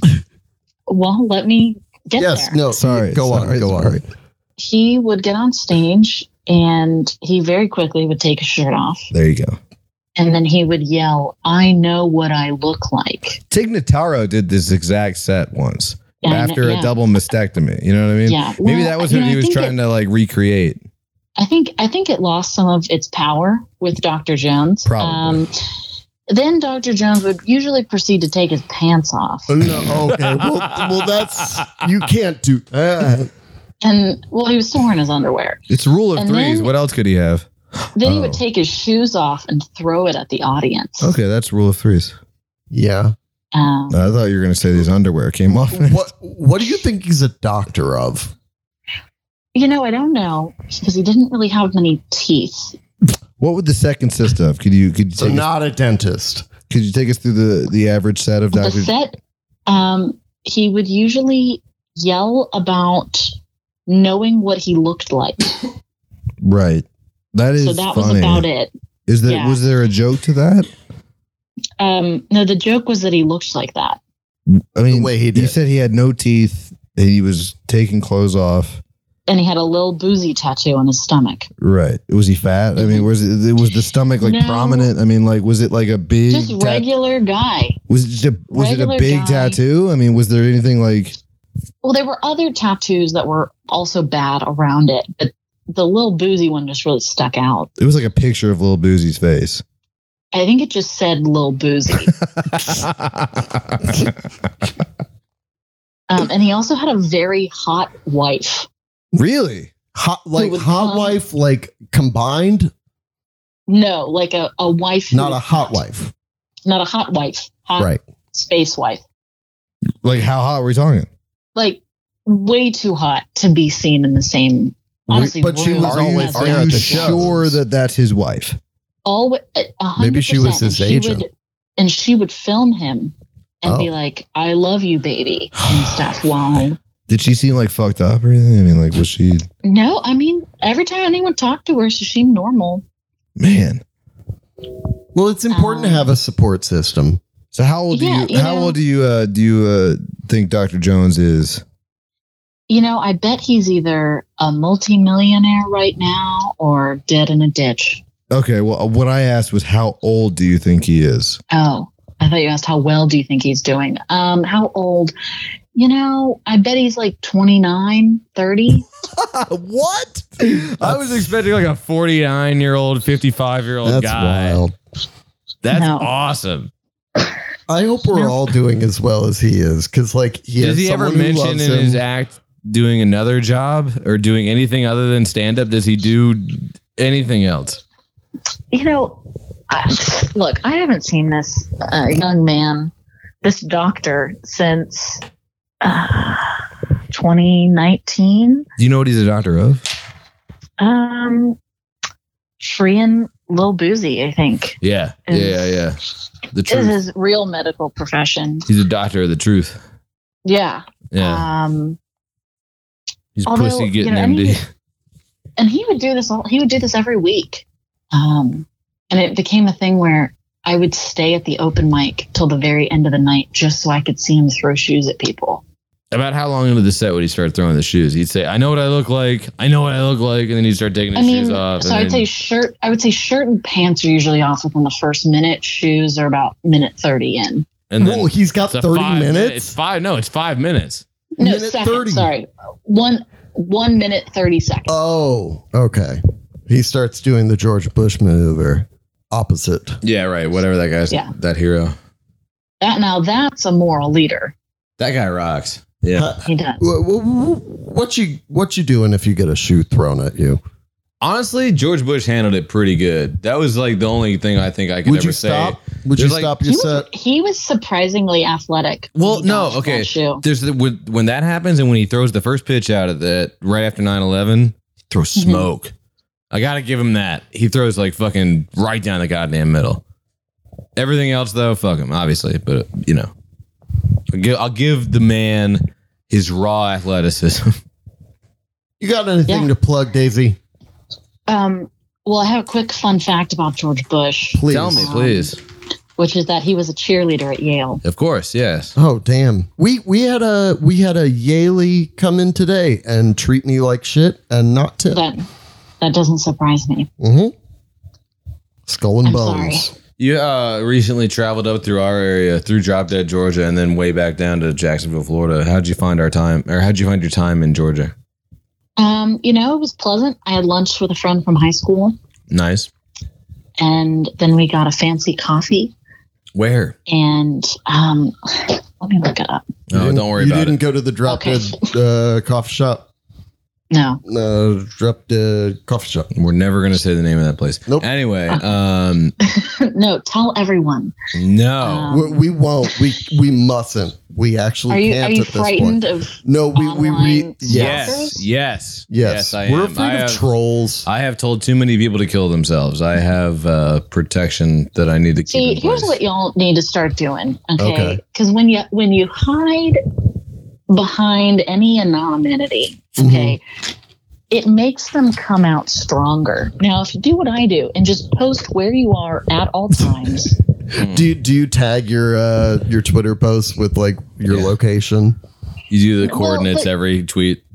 Speaker 4: Well, let me get
Speaker 1: yes.
Speaker 4: there.
Speaker 1: No.
Speaker 2: Sorry,
Speaker 1: Go
Speaker 2: sorry,
Speaker 1: on. Go on.
Speaker 2: sorry.
Speaker 4: He would get on stage and he very quickly would take his shirt off.
Speaker 2: There you go.
Speaker 4: And then he would yell, I know what I look like.
Speaker 2: Tignataro did this exact set once
Speaker 4: And,
Speaker 2: after
Speaker 4: yeah,
Speaker 2: a double mastectomy. You know what I mean?
Speaker 4: Yeah.
Speaker 2: Maybe
Speaker 4: Well,
Speaker 2: that was
Speaker 4: you
Speaker 2: what
Speaker 4: know,
Speaker 2: he
Speaker 4: I
Speaker 2: was
Speaker 4: think it-
Speaker 2: trying to like recreate.
Speaker 4: I think I think it lost some of its power with Dr. Jones.
Speaker 2: Probably.
Speaker 4: Um, then Dr. Jones would usually proceed to take his pants off.
Speaker 1: Oh, No, okay. Well, well, that's you can't do that.
Speaker 4: And well, he was still wearing his underwear.
Speaker 2: It's rule of
Speaker 4: And
Speaker 2: threes.
Speaker 4: then-
Speaker 2: what else could he have?
Speaker 4: Then he
Speaker 2: Oh.
Speaker 4: would take his shoes off and throw it at the audience.
Speaker 2: Okay, that's rule of threes.
Speaker 1: Yeah.
Speaker 4: Um,
Speaker 2: I thought you were going to say these underwear came off.
Speaker 1: What What do you think he's a doctor of?
Speaker 4: you know, I don't know because he didn't really have many teeth.
Speaker 2: What would the second set of? Could you could you
Speaker 1: So
Speaker 2: take us,
Speaker 1: not a dentist.
Speaker 2: could you take us through the the E average set of
Speaker 4: The
Speaker 2: Doctor?
Speaker 4: set, um, he would usually yell about knowing what he looked like.
Speaker 2: Right. That is
Speaker 4: So that was
Speaker 2: funny.
Speaker 4: about it.
Speaker 2: Is there
Speaker 4: Yeah.
Speaker 2: was there a joke to that?
Speaker 4: Um, no, the joke was that he looked like that.
Speaker 2: I mean,
Speaker 1: way he
Speaker 2: you
Speaker 1: did.
Speaker 2: said he had no teeth. and He was taking clothes off.
Speaker 4: And he had a little boozy tattoo on his stomach.
Speaker 2: Right. Was he fat? I mean, was it was the stomach like
Speaker 4: No.
Speaker 2: prominent? I mean, like was it like a big
Speaker 4: Just
Speaker 2: tat-
Speaker 4: regular guy.
Speaker 2: was it just a, was it a
Speaker 4: regular
Speaker 2: big
Speaker 4: guy.
Speaker 2: tattoo? I mean, was there anything like
Speaker 4: Well, there were other tattoos that were also bad around it, but the little boozy one just really stuck out.
Speaker 2: it was like a picture of Lil Boozy's face?
Speaker 4: I think it just said Lil Boozy. Um, and he also had a very hot wife.
Speaker 2: really?
Speaker 1: Hot, like
Speaker 4: would
Speaker 1: hot
Speaker 4: come-
Speaker 1: wife, like combined,
Speaker 4: No, like a, a wife. who-
Speaker 1: not a hot wife.
Speaker 4: Not a hot wife. Hot
Speaker 1: Right.
Speaker 4: space wife.
Speaker 2: Like how hot were we talking?
Speaker 4: Like way too hot to be seen in the same. Honestly,
Speaker 1: But she
Speaker 4: room
Speaker 1: was
Speaker 4: as
Speaker 1: always
Speaker 4: them.
Speaker 1: there
Speaker 2: Are
Speaker 1: at
Speaker 2: you
Speaker 1: the show.
Speaker 2: sure that that's his wife?
Speaker 4: Always, uh, a hundred
Speaker 1: Maybe she was
Speaker 4: percent.
Speaker 1: his
Speaker 4: And she
Speaker 1: agent.
Speaker 4: Would, and she would film him and be
Speaker 1: Oh.
Speaker 4: like, "I love you, baby," and stuff. Wow.
Speaker 2: Did she seem like fucked up or anything? I mean, like was she
Speaker 4: No, I mean, every time anyone talked to her, she seemed normal.
Speaker 2: man?
Speaker 1: Well, it's important
Speaker 4: Um,
Speaker 1: to have a support system.
Speaker 2: So how old
Speaker 4: Yeah,
Speaker 2: do you,
Speaker 4: you
Speaker 2: how
Speaker 4: know-
Speaker 2: old do you uh, do you uh, think Dr. Jones is?
Speaker 4: You know, I bet he's either a multimillionaire right now or dead in a ditch.
Speaker 2: Okay, well uh, what I asked was how old do you think he is?
Speaker 4: Oh, I thought you asked how well do you think he's doing? Um, how old? You know, I bet he's like 29, 30.
Speaker 1: what?
Speaker 5: I was expecting like a 49 year old, 55 year old
Speaker 1: That's
Speaker 5: guy.
Speaker 1: wild.
Speaker 5: That's
Speaker 4: No.
Speaker 5: awesome.
Speaker 1: I hope we're all doing as well as he is, because like he
Speaker 5: Does
Speaker 1: has
Speaker 5: he ever
Speaker 1: someone who
Speaker 5: mention in
Speaker 1: loves
Speaker 5: his
Speaker 1: him.
Speaker 5: act doing another job or doing anything other than stand up? Does he do anything else?
Speaker 4: you know, I, look, I haven't seen this uh, young man, this doctor, since uh, 2019.
Speaker 2: Do you know what he's a doctor of?
Speaker 4: Um, Shreyan Lil Boozy, I think,
Speaker 5: Yeah.
Speaker 4: Is-
Speaker 5: yeah. Yeah. The
Speaker 4: is
Speaker 5: truth.
Speaker 4: his real medical profession.
Speaker 5: He's a doctor of the truth.
Speaker 4: Yeah.
Speaker 5: Yeah.
Speaker 4: Um,
Speaker 5: He's
Speaker 4: although,
Speaker 5: pussy
Speaker 4: you
Speaker 5: getting
Speaker 4: know,
Speaker 5: MD.
Speaker 4: any- and he would do this all, he would do this every week. Um, and it became a thing where I would stay at the open mic till the very end of the night just so I could see him throw shoes at people.
Speaker 5: About how long into the set would he start throwing the shoes? He'd say, "I know what I look like. I know what I look like," and then he'd start taking
Speaker 4: I
Speaker 5: his
Speaker 4: mean,
Speaker 5: shoes off.
Speaker 4: so
Speaker 5: and
Speaker 4: I'd
Speaker 5: then-
Speaker 4: say shirt. I would say shirt and pants are usually off within the first minute. Shoes are about minute thirty in.
Speaker 5: and then
Speaker 1: Whoa, he's got
Speaker 5: it's a
Speaker 1: thirty
Speaker 5: five- It's
Speaker 1: minutes.
Speaker 5: five. No, it's five minutes.
Speaker 4: No,
Speaker 1: Minute
Speaker 4: second.
Speaker 1: 30.
Speaker 4: Sorry, one one minute thirty seconds.
Speaker 1: Oh, okay. He starts doing the George Bush maneuver opposite.
Speaker 5: Yeah, right. Whatever that guy's.
Speaker 4: Yeah.
Speaker 5: That hero.
Speaker 4: that now that's a moral leader.
Speaker 5: That guy rocks. Yeah.
Speaker 4: He does.
Speaker 1: Wh- wh- wh- What you what you doing if you get a shoe thrown at you?
Speaker 5: Honestly, George Bush handled it pretty good. That was like the only thing I think I could
Speaker 1: Would
Speaker 5: ever
Speaker 1: you
Speaker 5: say.
Speaker 1: stop? Would you
Speaker 5: There's like-
Speaker 1: stop
Speaker 4: He
Speaker 1: your
Speaker 4: was,
Speaker 1: set?
Speaker 4: he was surprisingly athletic. when
Speaker 5: uh, Well,
Speaker 4: he
Speaker 5: no,
Speaker 4: dodged
Speaker 5: okay.
Speaker 4: that shoe.
Speaker 5: There's the, when, when that happens and when he throws the first pitch out of that right after 9-11, he throws
Speaker 4: Mhm.
Speaker 5: smoke. I gotta give him that. He throws like fucking right down the goddamn middle. Everything else though, fuck him, obviously. But you know. I'll give, I'll give the man his raw athleticism.
Speaker 1: You got anything
Speaker 4: Yeah.
Speaker 1: to plug, Daisy?
Speaker 4: Um, well, I have a quick fun fact about George Bush,
Speaker 1: Please.
Speaker 5: Tell me,
Speaker 4: Um,
Speaker 5: please.
Speaker 4: which is that he was a cheerleader at Yale.
Speaker 5: Of course, yes.
Speaker 1: Oh damn. We we had a we had a Yaley come in today and treat me like shit and not tip.
Speaker 4: That that doesn't surprise me.
Speaker 1: Mm-hmm. Skull and
Speaker 4: I'm
Speaker 1: bones.
Speaker 5: You uh, recently traveled up through our area, through Drop Dead Georgia, and then way back down to Jacksonville, Florida. How'd you find our time, or how'd you find your time in Georgia?
Speaker 4: Um, you know, it was pleasant. I had lunch with a friend from high school,
Speaker 5: Nice.
Speaker 4: and then we got a fancy coffee.
Speaker 5: Where?
Speaker 4: And um, let me look it up.
Speaker 1: You
Speaker 5: No,
Speaker 1: didn't-
Speaker 5: Oh, don't worry
Speaker 1: you
Speaker 5: about
Speaker 1: didn't
Speaker 5: it.
Speaker 1: go to the drop
Speaker 4: Okay.
Speaker 1: dead uh, coffee shop.
Speaker 4: No,
Speaker 1: Uh, drop dead coffee shop.
Speaker 5: We're never gonna say the name of that place.
Speaker 1: Nope.
Speaker 5: Anyway,
Speaker 4: Uh,
Speaker 5: um,
Speaker 4: no, tell everyone.
Speaker 5: no.
Speaker 1: we, we won't. We we mustn't. We actually
Speaker 4: Um, Are you
Speaker 1: can't
Speaker 4: are you
Speaker 1: at this point.
Speaker 4: frightened of?
Speaker 1: No, we we, we
Speaker 4: online
Speaker 1: yes.
Speaker 4: stalkers?
Speaker 5: yes, yes,
Speaker 1: Yes.
Speaker 5: I
Speaker 1: We're
Speaker 5: am.
Speaker 1: afraid
Speaker 5: I
Speaker 1: of
Speaker 5: have,
Speaker 1: trolls.
Speaker 5: I have told too many people to kill themselves. I have uh, protection that I need to keep.
Speaker 4: See,
Speaker 5: in place.
Speaker 4: here's what y'all need to start doing, okay?
Speaker 1: Okay.
Speaker 4: Because when you when you hide behind any anonymity,
Speaker 5: Mm-hmm.
Speaker 4: okay, it makes them come out stronger. Now, if you do what I do and just post where you are at all times,
Speaker 5: um,
Speaker 1: do you, do you tag your uh, your Twitter posts with like your
Speaker 5: Yeah.
Speaker 1: location?
Speaker 5: you do the
Speaker 4: Well,
Speaker 5: coordinates
Speaker 4: but-
Speaker 5: every tweet.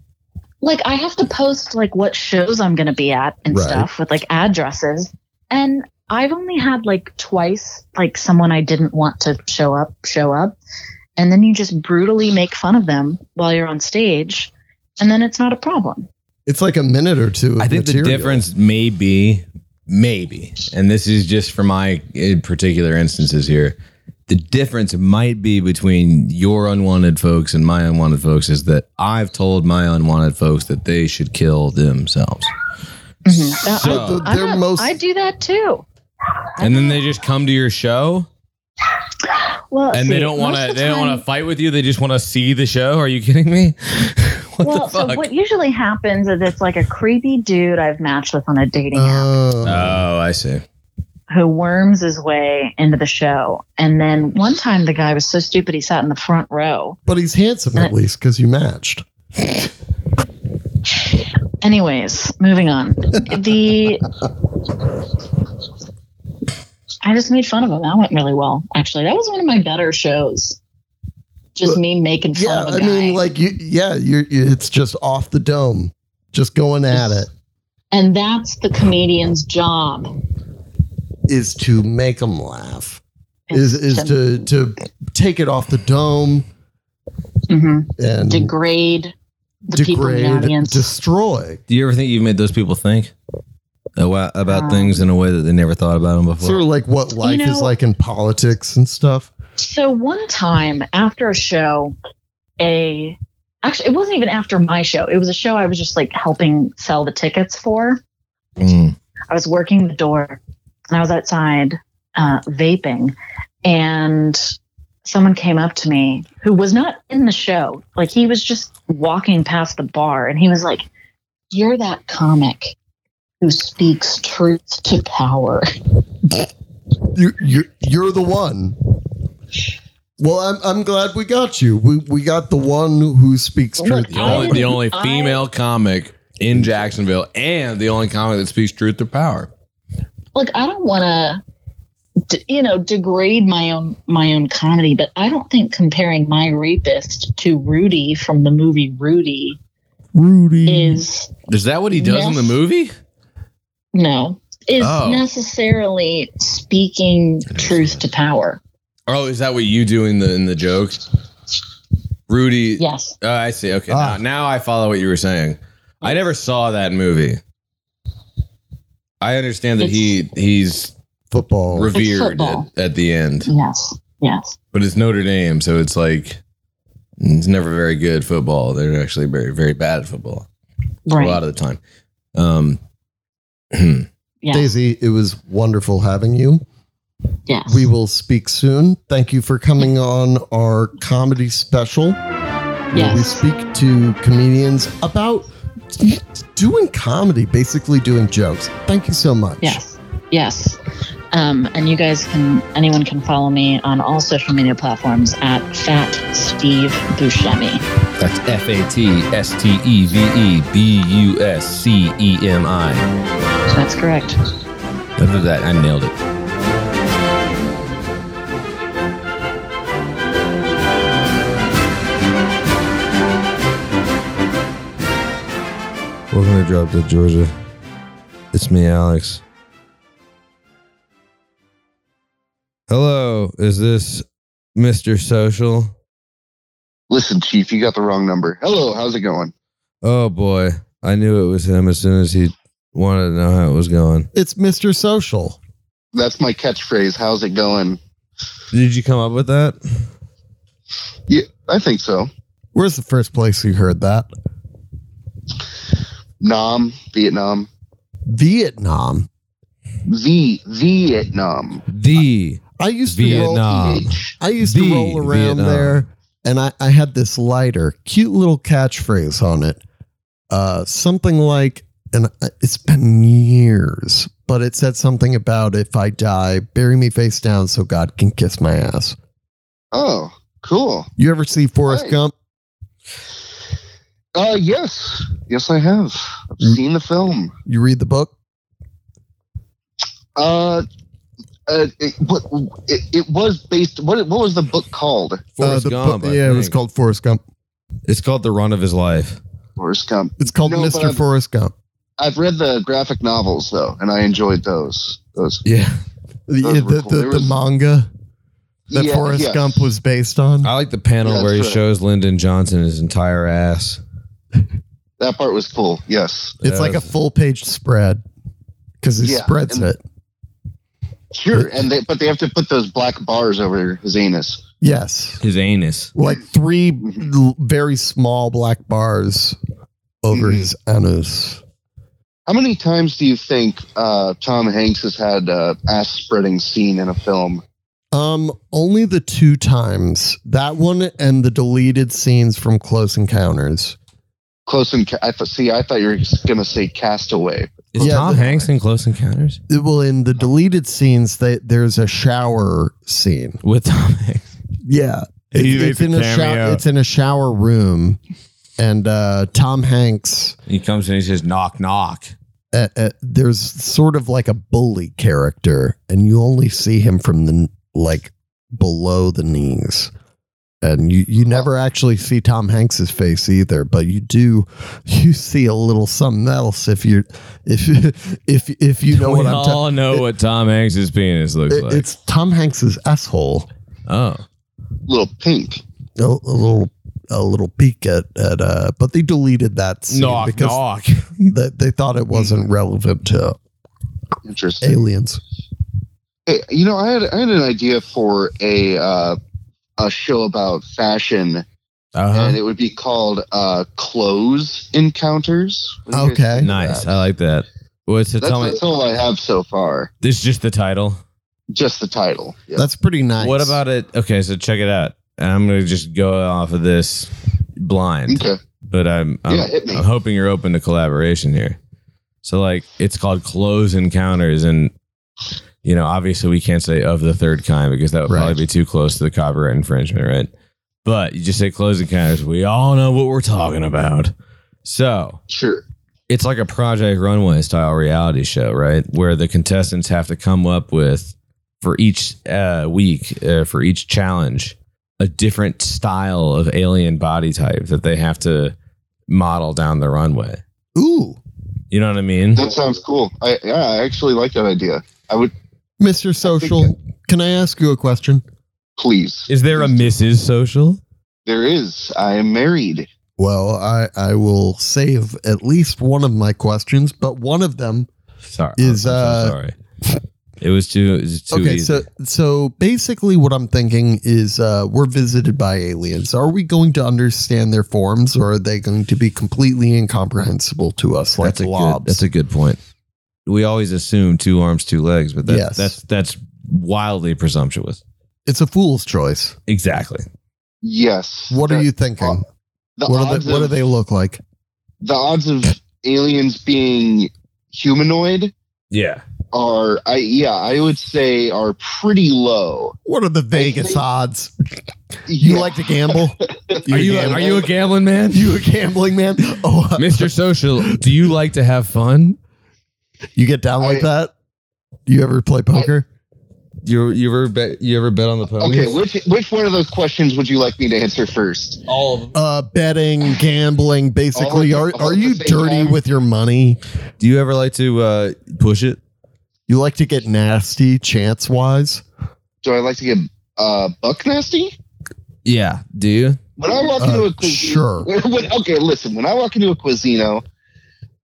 Speaker 4: like I have to post like what shows I'm going to be at and
Speaker 1: Right.
Speaker 4: stuff with like addresses, and I've only had like twice like someone I didn't want to show up show up, and then you just brutally make fun of them while you're on stage, and then it's not a problem.
Speaker 1: It's like a minute or two. Of
Speaker 5: I think the
Speaker 1: material.
Speaker 5: difference may be, maybe, and this is just for my in particular instances here. The difference might be between your unwanted folks and my unwanted folks is that I've told my unwanted folks that they should kill themselves.
Speaker 4: Uh,
Speaker 1: So
Speaker 4: I-
Speaker 1: the-
Speaker 4: I'm
Speaker 1: their
Speaker 4: not-
Speaker 1: Mm-hmm. most-
Speaker 4: I do that too.
Speaker 5: And then they just come to your show
Speaker 4: Well,
Speaker 5: and they
Speaker 4: see,
Speaker 5: don't want
Speaker 4: most
Speaker 5: to
Speaker 4: of the
Speaker 5: they don't
Speaker 4: time-
Speaker 5: want to fight with you. They just want to see the show. Are you kidding me? what
Speaker 4: well,
Speaker 5: the fuck?
Speaker 4: so what usually happens is it's like a creepy dude I've matched with on a dating app.
Speaker 1: Uh,
Speaker 5: oh, I see.
Speaker 4: who worms his way into the show. And then one time the guy was so stupid he sat in the front row.
Speaker 1: but he's handsome at least because you matched.
Speaker 4: Anyways, moving on. The I just made fun of him. That went really well. Actually, that was one of my better shows. Just me making fun
Speaker 1: Yeah,
Speaker 4: of a
Speaker 1: I
Speaker 4: guy.
Speaker 1: mean, like you. Yeah, you're, you. It's just off the dome, just going at it
Speaker 4: and that's the comedian's job.
Speaker 1: is to make them laugh. Is is to to take it off the dome
Speaker 4: Mhm.
Speaker 1: and
Speaker 4: degrade the people in the
Speaker 1: degrade,
Speaker 4: audience.
Speaker 1: destroy.
Speaker 5: Do you ever think you've made those people think about, about
Speaker 4: Um,
Speaker 5: things in a way that they never thought about them before?
Speaker 1: Sort of like what life is
Speaker 4: know-
Speaker 1: like in politics and stuff.
Speaker 4: So one time after a show, a actually it wasn't even after my show. It was a show I was just like helping sell the tickets for.
Speaker 5: Mm.
Speaker 4: I was working the door and I was outside uh, vaping and someone came up to me who was not in the show. Like he was just walking past the bar and he was like, You're that comic who speaks truth to power.
Speaker 1: You you you're the one. Well, I'm I'm glad we got you. We we got the one who speaks
Speaker 4: Well,
Speaker 1: truth.
Speaker 4: look,
Speaker 5: The
Speaker 4: I
Speaker 5: only,
Speaker 4: didn't-
Speaker 5: the only
Speaker 4: I-
Speaker 5: female comic in Jacksonville and the only comic that speaks truth to power.
Speaker 4: like I don't want to, you know, degrade my own my own comedy, but I don't think comparing my rapist to Rudy from the movie Rudy
Speaker 1: Rudy.
Speaker 4: is
Speaker 5: Is that what he does in the
Speaker 4: Yes.
Speaker 5: movie?
Speaker 4: no is
Speaker 5: Oh.
Speaker 4: necessarily speaking truth to power.
Speaker 5: Oh, is that what you do in the in the joke? Rudy.
Speaker 4: Yes,
Speaker 5: Oh, I see. Okay,
Speaker 1: Ah.
Speaker 5: now, now I follow what you were saying. I never saw that movie. I understand that he he's
Speaker 1: Football.
Speaker 5: revered
Speaker 4: football.
Speaker 5: at, at the end,
Speaker 4: yes, yes.
Speaker 5: but it's Notre Dame, so it's like it's never very good football. They're actually very very bad at football
Speaker 4: Right.
Speaker 5: a lot of the time. Um,
Speaker 4: yeah.
Speaker 1: Daisy, it was wonderful having you.
Speaker 4: yes.
Speaker 1: We will speak soon. Thank you for coming on our comedy special. where We
Speaker 4: yes.
Speaker 1: speak to comedians about doing comedy, basically doing jokes. Thank you so much.
Speaker 4: Yes. Yes. Um, and you guys can, anyone can follow me on all social media platforms at Fat Steve Buscemi.
Speaker 5: That's F A T S T E V E B U S C E M I.
Speaker 4: That's correct.
Speaker 5: After that, I nailed it.
Speaker 2: Welcome to Drop Dead Georgia. It's me, Alex. Hello, is this Mr. Social?
Speaker 7: Listen, Chief, you got the wrong number. Hello, how's it going?
Speaker 2: Oh boy, I knew it was him as soon as he wanted to know how it was going.
Speaker 1: It's Mr. Social.
Speaker 7: That's my catchphrase. How's it going?
Speaker 2: Did you come up with that?
Speaker 7: I think so.
Speaker 1: Where's the first place you heard that?
Speaker 7: Nam, Vietnam.
Speaker 1: Vietnam.
Speaker 7: The Vietnam.
Speaker 2: The
Speaker 1: I used to roll.
Speaker 5: Vietnam.
Speaker 7: PH.
Speaker 1: I used to
Speaker 2: The
Speaker 1: roll around
Speaker 2: Vietnam.
Speaker 1: there, and I, I had this lighter, cute little catchphrase on it, uh, something like, and I- it's been years, but it said something about if I die, bury me face down so God can kiss my ass.
Speaker 7: Oh, cool.
Speaker 1: You ever see Forrest
Speaker 7: Right.
Speaker 1: Gump?
Speaker 7: Uh, yes. Yes, I have. I've
Speaker 1: Mm.
Speaker 7: seen the film.
Speaker 1: You read the book?
Speaker 7: Uh, uh it, what, it, it was based, what, what was the book called?
Speaker 2: Forrest
Speaker 1: Uh, the
Speaker 2: Gump.
Speaker 1: book-
Speaker 2: I
Speaker 1: yeah, it was
Speaker 2: think.
Speaker 1: called Forrest Gump.
Speaker 2: It's called the run of his life.
Speaker 7: Forrest Gump.
Speaker 1: It's called
Speaker 7: No, but
Speaker 1: Mr.
Speaker 7: I'm-
Speaker 1: Forrest Gump.
Speaker 7: I've read the graphic novels, though, and I enjoyed those. Those.
Speaker 2: Yeah,
Speaker 1: The,
Speaker 7: Those were
Speaker 1: the,
Speaker 7: cool.
Speaker 1: the-
Speaker 7: There
Speaker 1: the
Speaker 7: was-
Speaker 1: manga that
Speaker 7: Yeah,
Speaker 1: Forrest
Speaker 7: yes.
Speaker 1: Gump was based on.
Speaker 2: I like the panel
Speaker 7: That's
Speaker 2: where he
Speaker 7: right.
Speaker 2: shows Lyndon Johnson his entire ass.
Speaker 7: That part was cool. Yes.
Speaker 1: it's like a
Speaker 2: Yes.
Speaker 1: full page spread because he
Speaker 7: Yeah,
Speaker 1: spreads
Speaker 7: and-
Speaker 1: it.
Speaker 7: Sure, and they, but they have to put those black bars over his anus.
Speaker 1: Yes.
Speaker 5: His anus.
Speaker 1: Like three
Speaker 7: Mm-hmm.
Speaker 1: l- very small black bars over
Speaker 7: Mhm.
Speaker 1: his anus.
Speaker 7: How many times do you think uh, Tom Hanks has had uh, ass spreading scene in a film?
Speaker 1: Um, only the two times that one and the deleted scenes from Close Encounters.
Speaker 7: Close and I thought. See, I thought you were gonna say Castaway.
Speaker 5: Is
Speaker 1: Yeah,
Speaker 5: Tom
Speaker 1: the-
Speaker 5: Hanks in Close Encounters?
Speaker 1: It- Well, in the deleted scenes, they, there's a shower scene.
Speaker 5: With Tom Hanks.
Speaker 1: Yeah,
Speaker 3: He
Speaker 1: It's-
Speaker 3: made
Speaker 1: it's
Speaker 3: the
Speaker 1: in a shower.
Speaker 3: cameo.
Speaker 1: It's in a shower room, and uh, Tom Hanks.
Speaker 5: He comes and he says, knock, knock.
Speaker 1: uh, uh, there's sort of like a bully character, and you only see him from the like below the knees, and you you never actually see Tom Hanks's face either, but you do you see a little something else if you if if if you know
Speaker 5: we
Speaker 1: what I'm talking.
Speaker 5: all know what Tom Hanks's penis looks like.
Speaker 1: It's Tom Hanks's asshole,
Speaker 5: oh.
Speaker 7: Little pink.
Speaker 1: a, a little a little peek at at uh, but they deleted that scene because
Speaker 5: knock.
Speaker 1: They, they thought it wasn't relevant to
Speaker 7: Interesting.
Speaker 1: aliens.
Speaker 7: Hey, you know, I had I had an idea for a uh, a show about fashion, and
Speaker 5: Uh-huh.
Speaker 7: it would be called uh, Clothes Encounters. What do you guys
Speaker 1: Okay.
Speaker 7: think of
Speaker 5: Nice.
Speaker 7: that?
Speaker 5: I like that. What's it
Speaker 7: That's,
Speaker 5: tell me?
Speaker 7: that's all I have so far.
Speaker 5: This is just the title.
Speaker 7: Just the title. Yeah.
Speaker 1: That's pretty nice.
Speaker 5: What about it? Okay, so check it out. And I'm gonna just go off of this blind,
Speaker 7: Okay.
Speaker 5: but I'm I'm,
Speaker 7: Yeah, hit me.
Speaker 5: I'm hoping you're open to collaboration here. So like, it's called close encounters, and you know, obviously we can't say of the third kind because that would
Speaker 1: Right.
Speaker 5: probably be too close to the copyright infringement, right? But you just say close encounters. We all know what we're talking about. So
Speaker 7: Sure.
Speaker 5: it's like a project runway style reality show right where the contestants have to come up with for each uh, week uh, for each challenge a different style of alien body type that they have to model down the runway
Speaker 1: Ooh.
Speaker 5: you know what i mean
Speaker 7: That sounds cool. I yeah, I actually like that idea. I would
Speaker 1: Mr. Social, can I ask you a question?
Speaker 7: please.
Speaker 5: is there a mrs social
Speaker 7: There is. I am married.
Speaker 1: Well, I, I will save at least one of my questions, but one of them
Speaker 5: sorry
Speaker 1: Is,
Speaker 5: I'm so
Speaker 1: uh,
Speaker 5: sorry it was too it was too
Speaker 1: Okay,
Speaker 5: easy
Speaker 1: so so basically what I'm thinking is uh, we're visited by aliens. Are we going to understand their forms or are they going to be completely incomprehensible to us like
Speaker 5: that's a
Speaker 1: blobs?
Speaker 5: good that's a good point we always assume two arms two legs but that,
Speaker 1: Yes.
Speaker 5: that's that's wildly presumptuous
Speaker 1: it's a fool's choice.
Speaker 5: exactly
Speaker 7: Yes.
Speaker 1: What are
Speaker 7: The-
Speaker 1: you thinking?
Speaker 7: The
Speaker 1: what are
Speaker 7: odds
Speaker 1: they, what do
Speaker 7: of,
Speaker 1: they look like?
Speaker 7: The odds of aliens being humanoid
Speaker 5: yeah
Speaker 7: are I yeah, I would say are pretty low.
Speaker 1: What are the Vegas
Speaker 7: think-
Speaker 1: odds? You
Speaker 7: Yeah.
Speaker 1: like to gamble?
Speaker 5: Are you
Speaker 1: gambling?
Speaker 5: are you a gambling man?
Speaker 1: you a gambling man? Oh,
Speaker 5: Mr. Social, do you like to have fun?
Speaker 1: you get down like
Speaker 7: I-
Speaker 1: that? You ever play poker?
Speaker 2: You you ever bet you ever bet on the ponies?
Speaker 7: Okay, which which one of those questions would you like me to answer first?
Speaker 2: all of them.
Speaker 1: Uh, betting, gambling, basically.
Speaker 7: All
Speaker 1: Are
Speaker 7: at the- all
Speaker 1: are
Speaker 7: at the
Speaker 1: you
Speaker 7: same
Speaker 1: dirty
Speaker 7: time?
Speaker 1: with your money?
Speaker 2: Do you ever like to uh, push it?
Speaker 1: You like to get nasty chance wise?
Speaker 7: Do I like to get uh, buck nasty?
Speaker 5: Yeah. Do you?
Speaker 7: When I walk
Speaker 1: Uh,
Speaker 7: into a cuisine,
Speaker 1: sure.
Speaker 7: when- when- okay, listen. When I walk into a Quizino,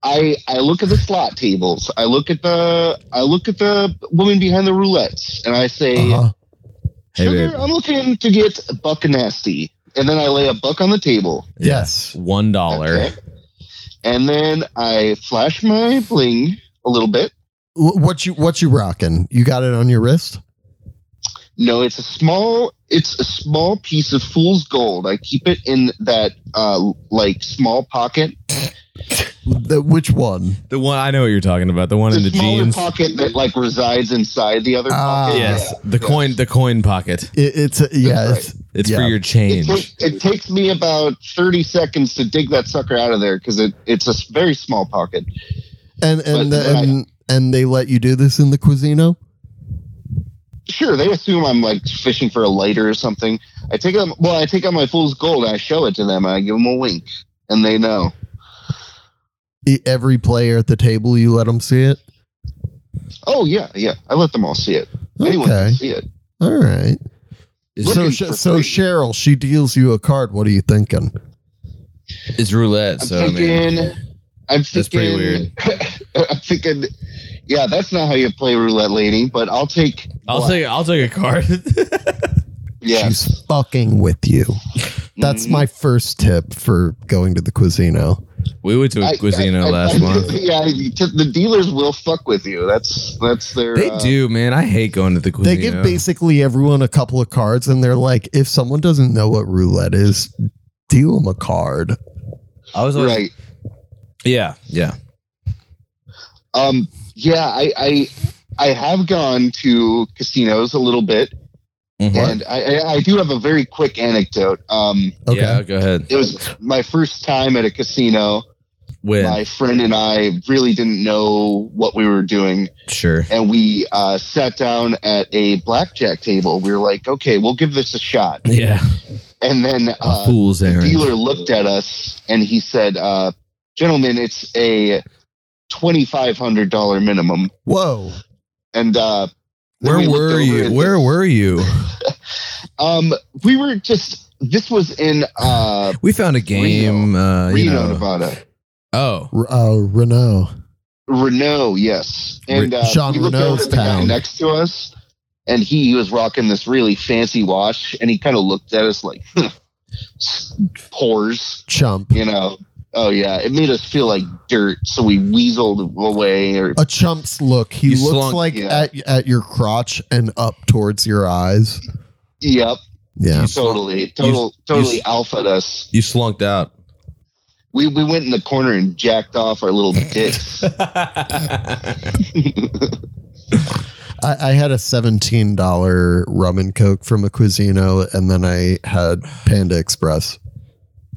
Speaker 7: I I look at the slot tables. I look at the I look at the woman behind the roulettes, and I say,
Speaker 1: Uh-huh.
Speaker 2: Hey,
Speaker 7: "Sugar,
Speaker 2: babe.
Speaker 7: I'm looking to get a buck nasty." And then I lay a buck on the table.
Speaker 1: Yes.
Speaker 5: One dollar.
Speaker 7: Okay. And then I flash my bling a little bit.
Speaker 1: Wh- What you what you rocking? You got it on your wrist?
Speaker 7: No, it's a small it's a small piece of fool's gold. I keep it in that uh, like small pocket,
Speaker 1: The, which one?
Speaker 5: The one I know what you're talking about. The one in the
Speaker 7: smaller
Speaker 5: jeans.
Speaker 7: pocket that like resides inside the other
Speaker 1: Ah.
Speaker 7: pocket.
Speaker 5: Yes. The coin the coin pocket.
Speaker 1: It, it's a, yeah. It's,
Speaker 5: It's for
Speaker 1: Yeah.
Speaker 5: your
Speaker 7: It,
Speaker 5: change.
Speaker 7: ta- it takes me about 30 seconds to dig that sucker out of there because it, it's a s- very small pocket.
Speaker 1: and and
Speaker 7: But- but I-
Speaker 1: and and they let you do this in the Cuisino.
Speaker 7: Sure, they assume I'm like fishing for a lighter or something. I take them, well, I take out my fool's gold, I show it to them, and I give them a wink, and they know.
Speaker 1: E- Every player at the table, you let them see it.
Speaker 7: Oh, yeah, yeah. I let them all see it. Anyone
Speaker 1: Okay.
Speaker 7: can see it.
Speaker 1: All right. So
Speaker 7: Looking
Speaker 1: sh-
Speaker 7: for
Speaker 1: so
Speaker 7: free.
Speaker 1: Cheryl, she deals you a card. What are you thinking?
Speaker 5: It's roulette,
Speaker 7: I'm
Speaker 5: so I mean
Speaker 7: thinking. I'm
Speaker 5: That's pretty
Speaker 7: thinking. I'm thinking. Yeah, that's not how you play roulette, lady. But I'll take.
Speaker 5: I'll take I'll take a card.
Speaker 7: Yeah,
Speaker 1: She's fucking with you. That's
Speaker 7: Mhm.
Speaker 1: my first tip for going to the Cuisino.
Speaker 5: we went to a
Speaker 7: I-
Speaker 5: Cuisino
Speaker 7: I- I-
Speaker 5: last month.
Speaker 7: Yeah, you t- the dealers will fuck with you. That's that's their.
Speaker 5: They
Speaker 7: uh,
Speaker 5: do, man. I hate going to the Cuisino.
Speaker 1: They give basically everyone a couple of cards, and they're like, if someone doesn't know what roulette is, deal them a card.
Speaker 5: I was always,
Speaker 7: uh, right.
Speaker 5: Yeah, yeah.
Speaker 7: Um. Yeah, I, I I have gone to casinos a little bit,
Speaker 5: Mhm.
Speaker 7: and I, I I do have a very quick anecdote. Um,
Speaker 1: Okay.
Speaker 5: Yeah, go ahead.
Speaker 7: it was my first time at a casino.
Speaker 5: Win.
Speaker 7: My friend and I really didn't know what we were doing.
Speaker 5: Sure.
Speaker 7: and we uh, sat down at a blackjack table. We were like, okay, we'll give this a shot.
Speaker 5: Yeah.
Speaker 7: And then
Speaker 5: a
Speaker 7: uh,
Speaker 5: fool's
Speaker 7: the
Speaker 5: errand.
Speaker 7: dealer looked at us and he said, uh, gentlemen, it's a $2,500 minimum.
Speaker 1: Whoa.
Speaker 7: And uh, then we
Speaker 5: Where
Speaker 7: looked
Speaker 5: were
Speaker 7: over
Speaker 5: you?
Speaker 7: and-
Speaker 5: Where were you?
Speaker 7: Um, we were just, this was in uh,
Speaker 5: We found a game. Uh, you
Speaker 7: Reno,
Speaker 5: know.
Speaker 7: Nevada.
Speaker 5: Oh,
Speaker 1: R- uh, Renault.
Speaker 7: Renault, yes. And uh,
Speaker 1: Jean
Speaker 7: we looked over
Speaker 1: Renault's
Speaker 7: at the guy
Speaker 1: town.
Speaker 7: next to us, and he, was rocking this really fancy watch, and he kind of looked at us like, "Hmm, pores,
Speaker 1: Chump.
Speaker 7: you know. Oh, yeah. It made us feel like dirt, so we weaseled away. Or
Speaker 1: A chump's look. He
Speaker 5: You
Speaker 1: looks
Speaker 5: slunk-
Speaker 1: like
Speaker 7: yeah.
Speaker 1: at at your crotch and up towards your eyes.
Speaker 7: Yep,
Speaker 1: Yeah.
Speaker 7: totally. Total, totally alphaed us.
Speaker 2: You slunked out.
Speaker 7: We, we went in the corner and jacked off our little dicks.
Speaker 1: I, I had a seventeen dollar rum and coke from a Cuisino, and then I had Panda Express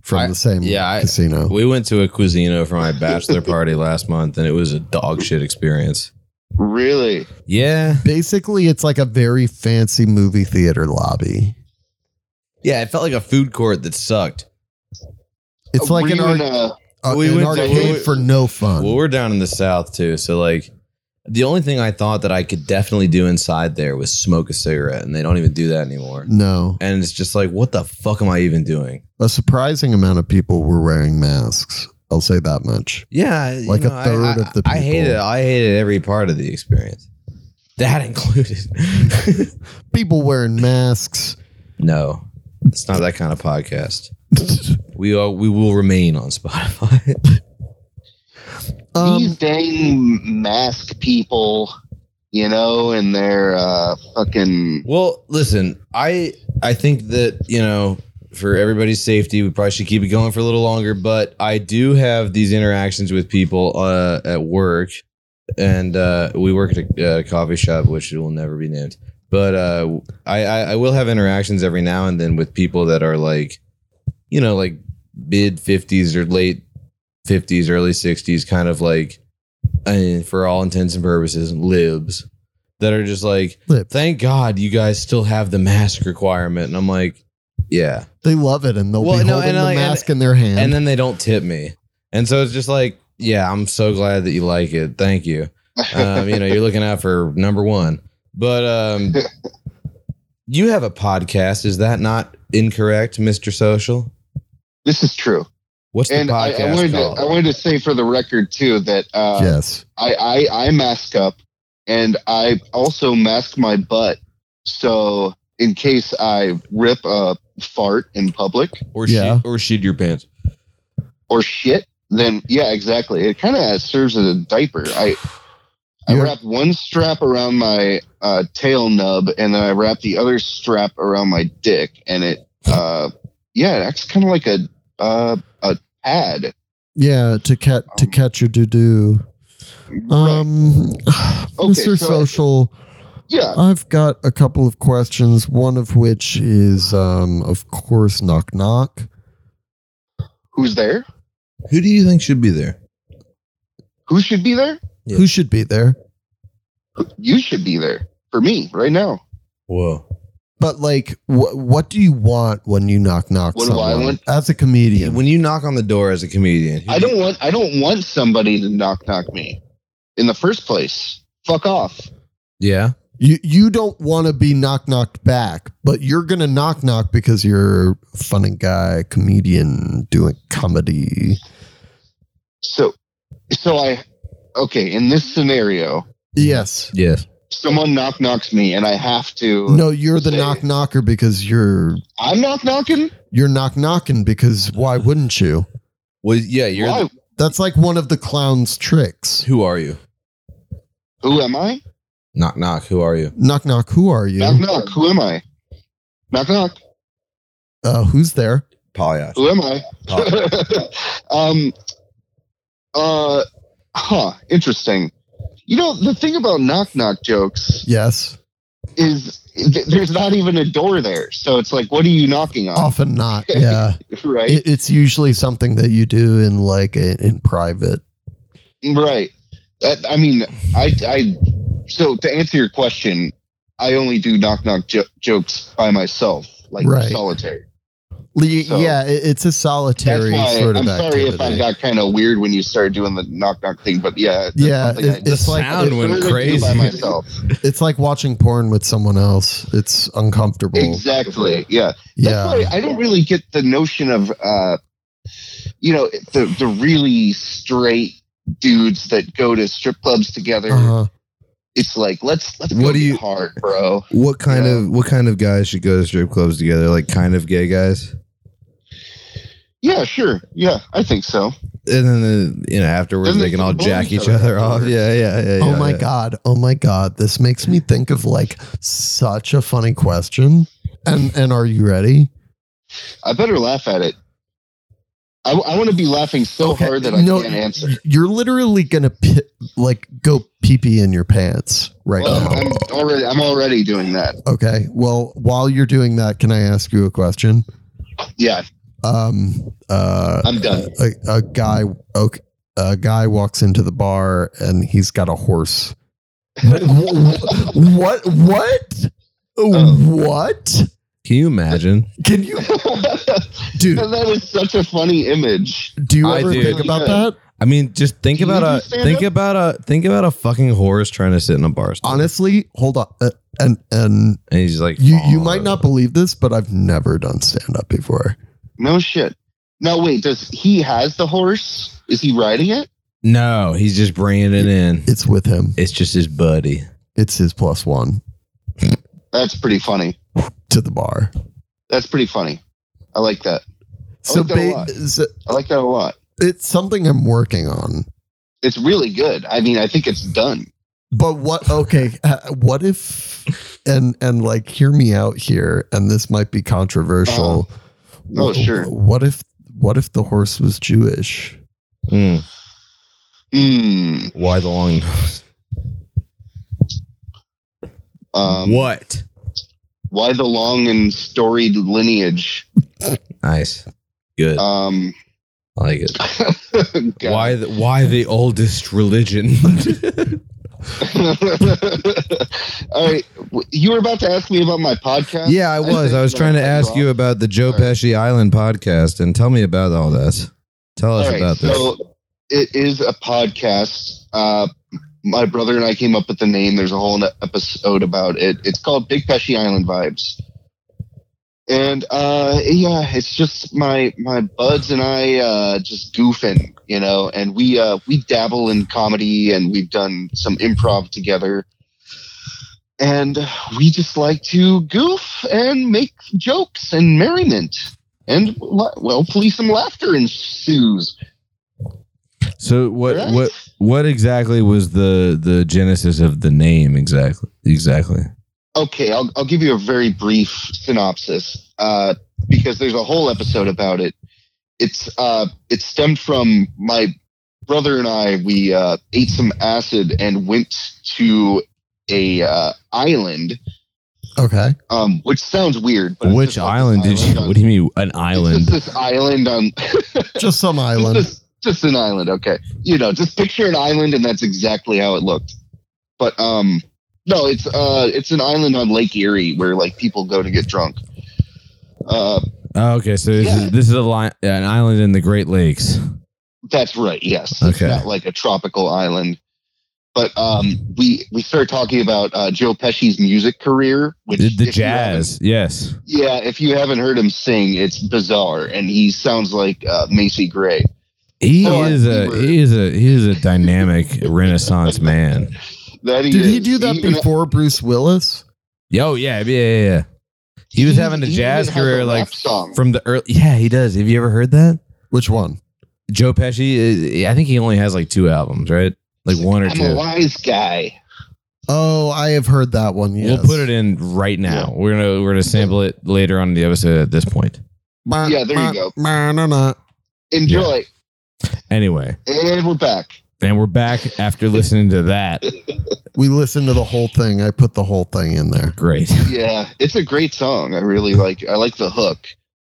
Speaker 1: from
Speaker 5: I-
Speaker 1: the same
Speaker 5: yeah, I-
Speaker 1: casino.
Speaker 5: we went to a Cuisino for my bachelor party last month, and it was a dog shit experience.
Speaker 7: really?
Speaker 5: Yeah,
Speaker 1: Basically, it's like a very fancy movie theater lobby.
Speaker 5: yeah. It felt like a food court that sucked.
Speaker 1: It's like
Speaker 7: Uh, Were
Speaker 1: an,
Speaker 7: you
Speaker 1: ar-
Speaker 7: in a-
Speaker 1: a-
Speaker 5: we
Speaker 1: an
Speaker 5: went to-
Speaker 1: arcade
Speaker 5: we-
Speaker 1: for no fun.
Speaker 5: Well, we're down in the south too, so like. The only thing I thought that I could definitely do inside there was smoke a cigarette, and they don't even do that anymore.
Speaker 1: no,
Speaker 5: And it's just like, what the fuck am I even doing?
Speaker 1: a surprising amount of people were wearing masks. I'll say that much.
Speaker 5: Yeah, you
Speaker 1: Like a
Speaker 5: I-
Speaker 1: third
Speaker 5: I,
Speaker 1: of the
Speaker 5: I hated.
Speaker 1: people.
Speaker 5: I hated every part of the experience, that included.
Speaker 1: People wearing masks.
Speaker 5: no, it's not that kind of podcast. We are. We will remain on Spotify.
Speaker 1: Um,
Speaker 7: These dang mask people, you know, and their uh, fucking
Speaker 5: well, listen. I I think that you know. For everybody's safety, we probably should keep it going for a little longer. But I do have these interactions with people uh, at work
Speaker 2: and uh, we work at a uh, coffee shop, which will never be named. But uh, I, I, I will have interactions every now and then with people that are like, you know, like mid fifties or late fifties, early sixties, kind of like, and for all intents and purposes, libs that are just like,
Speaker 1: Libs.
Speaker 2: thank God you guys still have the mask requirement, and I'm like, yeah,
Speaker 1: They love it, and they'll
Speaker 2: Well,
Speaker 1: be
Speaker 2: no,
Speaker 1: holding
Speaker 2: and
Speaker 1: the
Speaker 2: like-
Speaker 1: mask in their hand.
Speaker 2: and then they don't tip me. And so it's just like, yeah, I'm so glad that you like it. Thank you. Um, you know, you're looking out for number one. But um, you have a podcast. Is that not incorrect, Mr. Social?
Speaker 7: this is true.
Speaker 2: What's the
Speaker 7: And I,
Speaker 2: podcast
Speaker 7: I wanted to
Speaker 2: called?
Speaker 7: I wanted to say for the record too that uh,
Speaker 1: yes,
Speaker 7: I, I I mask up, and I also mask my butt. So in case I rip a fart in public
Speaker 2: or,
Speaker 1: Yeah.
Speaker 2: shit, or shit your pants.
Speaker 7: or shit, then yeah, exactly. It kind of serves as a diaper. I I
Speaker 1: Yeah.
Speaker 7: wrap one strap around my uh, tail nub, and then I wrap the other strap around my dick, and it uh, yeah, it acts kind of like a uh, a pad.
Speaker 1: yeah, to catch to
Speaker 7: Um,
Speaker 1: catch your doo doo. Um, Mr.
Speaker 7: so-
Speaker 1: Social,
Speaker 7: Yeah,
Speaker 1: I've got a couple of questions. One of which is, um, of course, knock knock.
Speaker 7: who's there?
Speaker 2: Who do you think should be there?
Speaker 7: Who should be there?
Speaker 2: Yeah.
Speaker 1: Who should be there?
Speaker 7: You should be there for me right now.
Speaker 2: Whoa.
Speaker 1: But like, wh- what do you want when you knock knock
Speaker 7: What do I
Speaker 1: someone?
Speaker 7: want?
Speaker 1: As a comedian,
Speaker 2: When you knock on the door as a comedian, who
Speaker 7: I
Speaker 2: do
Speaker 7: don't want I don't want somebody to knock knock me in the first place. Fuck off.
Speaker 2: you- Yeah.
Speaker 1: you you don't want to be knock knocked back, but you're gonna knock knock because you're a funny guy, comedian doing comedy.
Speaker 7: So so I okay, in this scenario,
Speaker 1: Yes.
Speaker 2: Yes.
Speaker 7: someone knock knocks me and I have to
Speaker 1: No, you're the
Speaker 7: Say-
Speaker 1: knock knocker because you're
Speaker 7: I'm knock knocking?
Speaker 1: you're knock knocking because why wouldn't you?
Speaker 2: Well, yeah, you're.
Speaker 7: Why?
Speaker 1: That's like one of the clown's tricks.
Speaker 2: who are you?
Speaker 7: Who am I?
Speaker 2: Knock, knock. Who are you?
Speaker 1: Knock knock. Who are you?
Speaker 7: Knock knock. Who am I? Knock knock.
Speaker 1: Uh, who's there?
Speaker 2: Polyash.
Speaker 7: Who am I? um uh huh, interesting. You know, the thing about knock knock jokes
Speaker 1: Yes.
Speaker 7: is th- there's not even a door there. So it's like, what are you knocking on?
Speaker 1: Often not. Yeah.
Speaker 7: Right.
Speaker 1: It, it's usually something that you do in like in, in private.
Speaker 7: right. That, I mean, I, I, so to answer your question, I only do knock knock jo- jokes by myself, like
Speaker 1: Right.
Speaker 7: solitary.
Speaker 1: Le-
Speaker 7: So-
Speaker 1: yeah, it, it's a
Speaker 7: That's
Speaker 1: solitary
Speaker 7: why
Speaker 1: sort of
Speaker 7: I'm sorry
Speaker 1: activity.
Speaker 7: if I got kind of weird when you started doing the knock knock thing, but yeah. that's
Speaker 1: yeah,
Speaker 7: something I
Speaker 1: it,
Speaker 7: just
Speaker 1: it's like
Speaker 5: sound
Speaker 1: it-
Speaker 5: went
Speaker 7: literally do
Speaker 5: crazy.
Speaker 7: by myself.
Speaker 1: It's like watching porn with someone else. It's uncomfortable.
Speaker 7: Exactly. Yeah.
Speaker 1: Yeah.
Speaker 7: That's why I don't really get the notion of, uh, you know, the the really straight dudes that go to strip clubs together.
Speaker 1: Uh-huh.
Speaker 7: It's like let's let's
Speaker 2: What
Speaker 7: go
Speaker 2: do
Speaker 7: get
Speaker 2: you-
Speaker 7: hard, bro.
Speaker 2: What kind
Speaker 7: Yeah.
Speaker 2: of what kind of guys should go to strip clubs together? Like kind of gay guys.
Speaker 7: Yeah, sure. Yeah, I think so.
Speaker 2: and then uh, you know afterwards
Speaker 7: Then
Speaker 2: they
Speaker 7: they
Speaker 2: can
Speaker 7: can
Speaker 2: all
Speaker 7: blow
Speaker 2: jack
Speaker 7: each
Speaker 2: each
Speaker 7: other
Speaker 2: other off.
Speaker 7: afterwards.
Speaker 2: Yeah, yeah, yeah.
Speaker 1: Oh
Speaker 2: yeah,
Speaker 1: my
Speaker 2: yeah.
Speaker 1: god. Oh my god. This makes me think of like such a funny question. And and are you ready?
Speaker 7: I better laugh at it. I, want to be laughing so hard that I can't answer.
Speaker 1: You're literally gonna pi- like go pee pee in your pants right Oh.
Speaker 7: Well,
Speaker 1: now.
Speaker 7: I'm already I'm already doing that.
Speaker 1: Okay. Well, while you're doing that, can I ask you a question?
Speaker 7: Yeah,
Speaker 1: Um. Uh.
Speaker 7: I'm done.
Speaker 1: a, a guy okay, a guy walks into the bar and he's got a horse. what what what?
Speaker 2: Can you imagine?
Speaker 1: Can you dude,
Speaker 7: that is such a funny image.
Speaker 1: do you
Speaker 2: I
Speaker 1: ever
Speaker 2: do.
Speaker 1: think about that?
Speaker 2: I mean, just think
Speaker 7: Can you
Speaker 2: about
Speaker 7: do
Speaker 2: a think
Speaker 7: stand-up?
Speaker 2: about a think about a fucking horse trying to sit in a bar. stool.
Speaker 1: Honestly, hold on. Uh, and and
Speaker 2: and he's like,
Speaker 1: you you
Speaker 2: "Oh."
Speaker 1: might not believe this, but I've never done stand up before.
Speaker 7: No shit. Now wait, does he has the horse? Is he riding it?
Speaker 2: No, he's just bringing it in.
Speaker 1: It's with him.
Speaker 2: It's just his buddy.
Speaker 1: It's his plus 1
Speaker 7: That's pretty funny.
Speaker 1: to the bar.
Speaker 7: That's pretty funny. I like that.
Speaker 1: So,
Speaker 7: like that a
Speaker 1: ba-
Speaker 7: lot.
Speaker 1: so
Speaker 7: I like that a lot.
Speaker 1: it's something I'm working on.
Speaker 7: It's really good. I mean, I think it's done.
Speaker 1: But what? Okay, uh, what if? And and like, hear me out here, and this might be controversial.
Speaker 7: Oh,
Speaker 1: Wh-
Speaker 7: sure.
Speaker 1: What if? What if the horse was Jewish?
Speaker 2: Mm.
Speaker 7: Mm,
Speaker 2: Why the long nose?
Speaker 7: um,
Speaker 8: what?
Speaker 7: Why the long and storied lineage?
Speaker 2: Nice. Good.
Speaker 7: Um,
Speaker 2: I like it.
Speaker 7: God.
Speaker 2: Why the why the oldest religion?
Speaker 7: All right, w- you were about to ask me about my podcast.
Speaker 2: yeah, I was. I was trying to ask you about the Joe Pesci Island podcast and tell me about all this. Tell us
Speaker 7: All right,
Speaker 2: about this.
Speaker 7: So it is a podcast. Uh, my brother and I came up with the name. There's a whole n- episode about it. It's called Big Pesci Island Vibes. And uh, yeah, it's just my my buds and I uh, just goofing, you know. And we uh, we dabble in comedy, and we've done some improv together. And we just like to goof and make jokes and merriment, and well, hopefully some laughter ensues.
Speaker 5: So what what what exactly was the the genesis of the name exactly exactly?
Speaker 7: Okay, I'll, I'll give you a very brief synopsis uh, because there's a whole episode about it. It's uh, it stemmed from my brother and I. We uh, ate some acid and went to a uh, island,
Speaker 1: Okay.
Speaker 7: um, which sounds weird. but it's
Speaker 5: Which
Speaker 7: just like this
Speaker 5: island did you?
Speaker 7: on-
Speaker 5: What do you mean an
Speaker 7: it's
Speaker 5: island?
Speaker 7: just this island on
Speaker 1: Just some island.
Speaker 7: Just, just an island, okay. You know, just picture an island, and that's exactly how it looked. But um, no, it's uh, it's an island on Lake Erie where like people go to get drunk. Uh,
Speaker 5: Oh, okay, so this
Speaker 7: Yeah.
Speaker 5: is this is a li- an island in the Great Lakes.
Speaker 7: that's right. Yes, it's
Speaker 5: Okay.
Speaker 7: not like a tropical island. But um, we we started talking about uh, Joe Pesci's music career, which
Speaker 5: The, the
Speaker 7: if you haven't-
Speaker 5: jazz, yes.
Speaker 7: Yeah, if you haven't heard him sing, it's bizarre, and he sounds like uh, Macy Gray.
Speaker 5: He
Speaker 7: Oh, I
Speaker 5: is a
Speaker 7: remember.
Speaker 5: he is a he is a dynamic Renaissance man.
Speaker 7: That he
Speaker 1: Did he
Speaker 7: is.
Speaker 1: do that
Speaker 7: even-
Speaker 1: before Bruce Willis?
Speaker 5: Yo, yeah, yeah, yeah. yeah. He was having a
Speaker 7: he even
Speaker 5: jazz
Speaker 7: has a
Speaker 5: career
Speaker 7: rap
Speaker 5: like
Speaker 7: song.
Speaker 5: from the early. Yeah, he does. Have you ever heard that?
Speaker 1: Which one?
Speaker 5: Joe Pesci. uh, I think he only has like two albums, right? Like one or
Speaker 7: I'm a
Speaker 5: two.
Speaker 7: wise guy.
Speaker 1: Oh, I have heard that one. Yes.
Speaker 5: We'll put it in right now. We're gonna we're gonna sample it later on in the episode. At this point,
Speaker 7: Yeah, there you go.
Speaker 1: go.
Speaker 7: Enjoy.
Speaker 5: anyway,
Speaker 7: And we're back.
Speaker 5: and we're back after listening to that.
Speaker 1: We listened to the whole thing. I put the whole thing in there.
Speaker 5: Great.
Speaker 7: Yeah, it's a great song. I really like. I like the hook.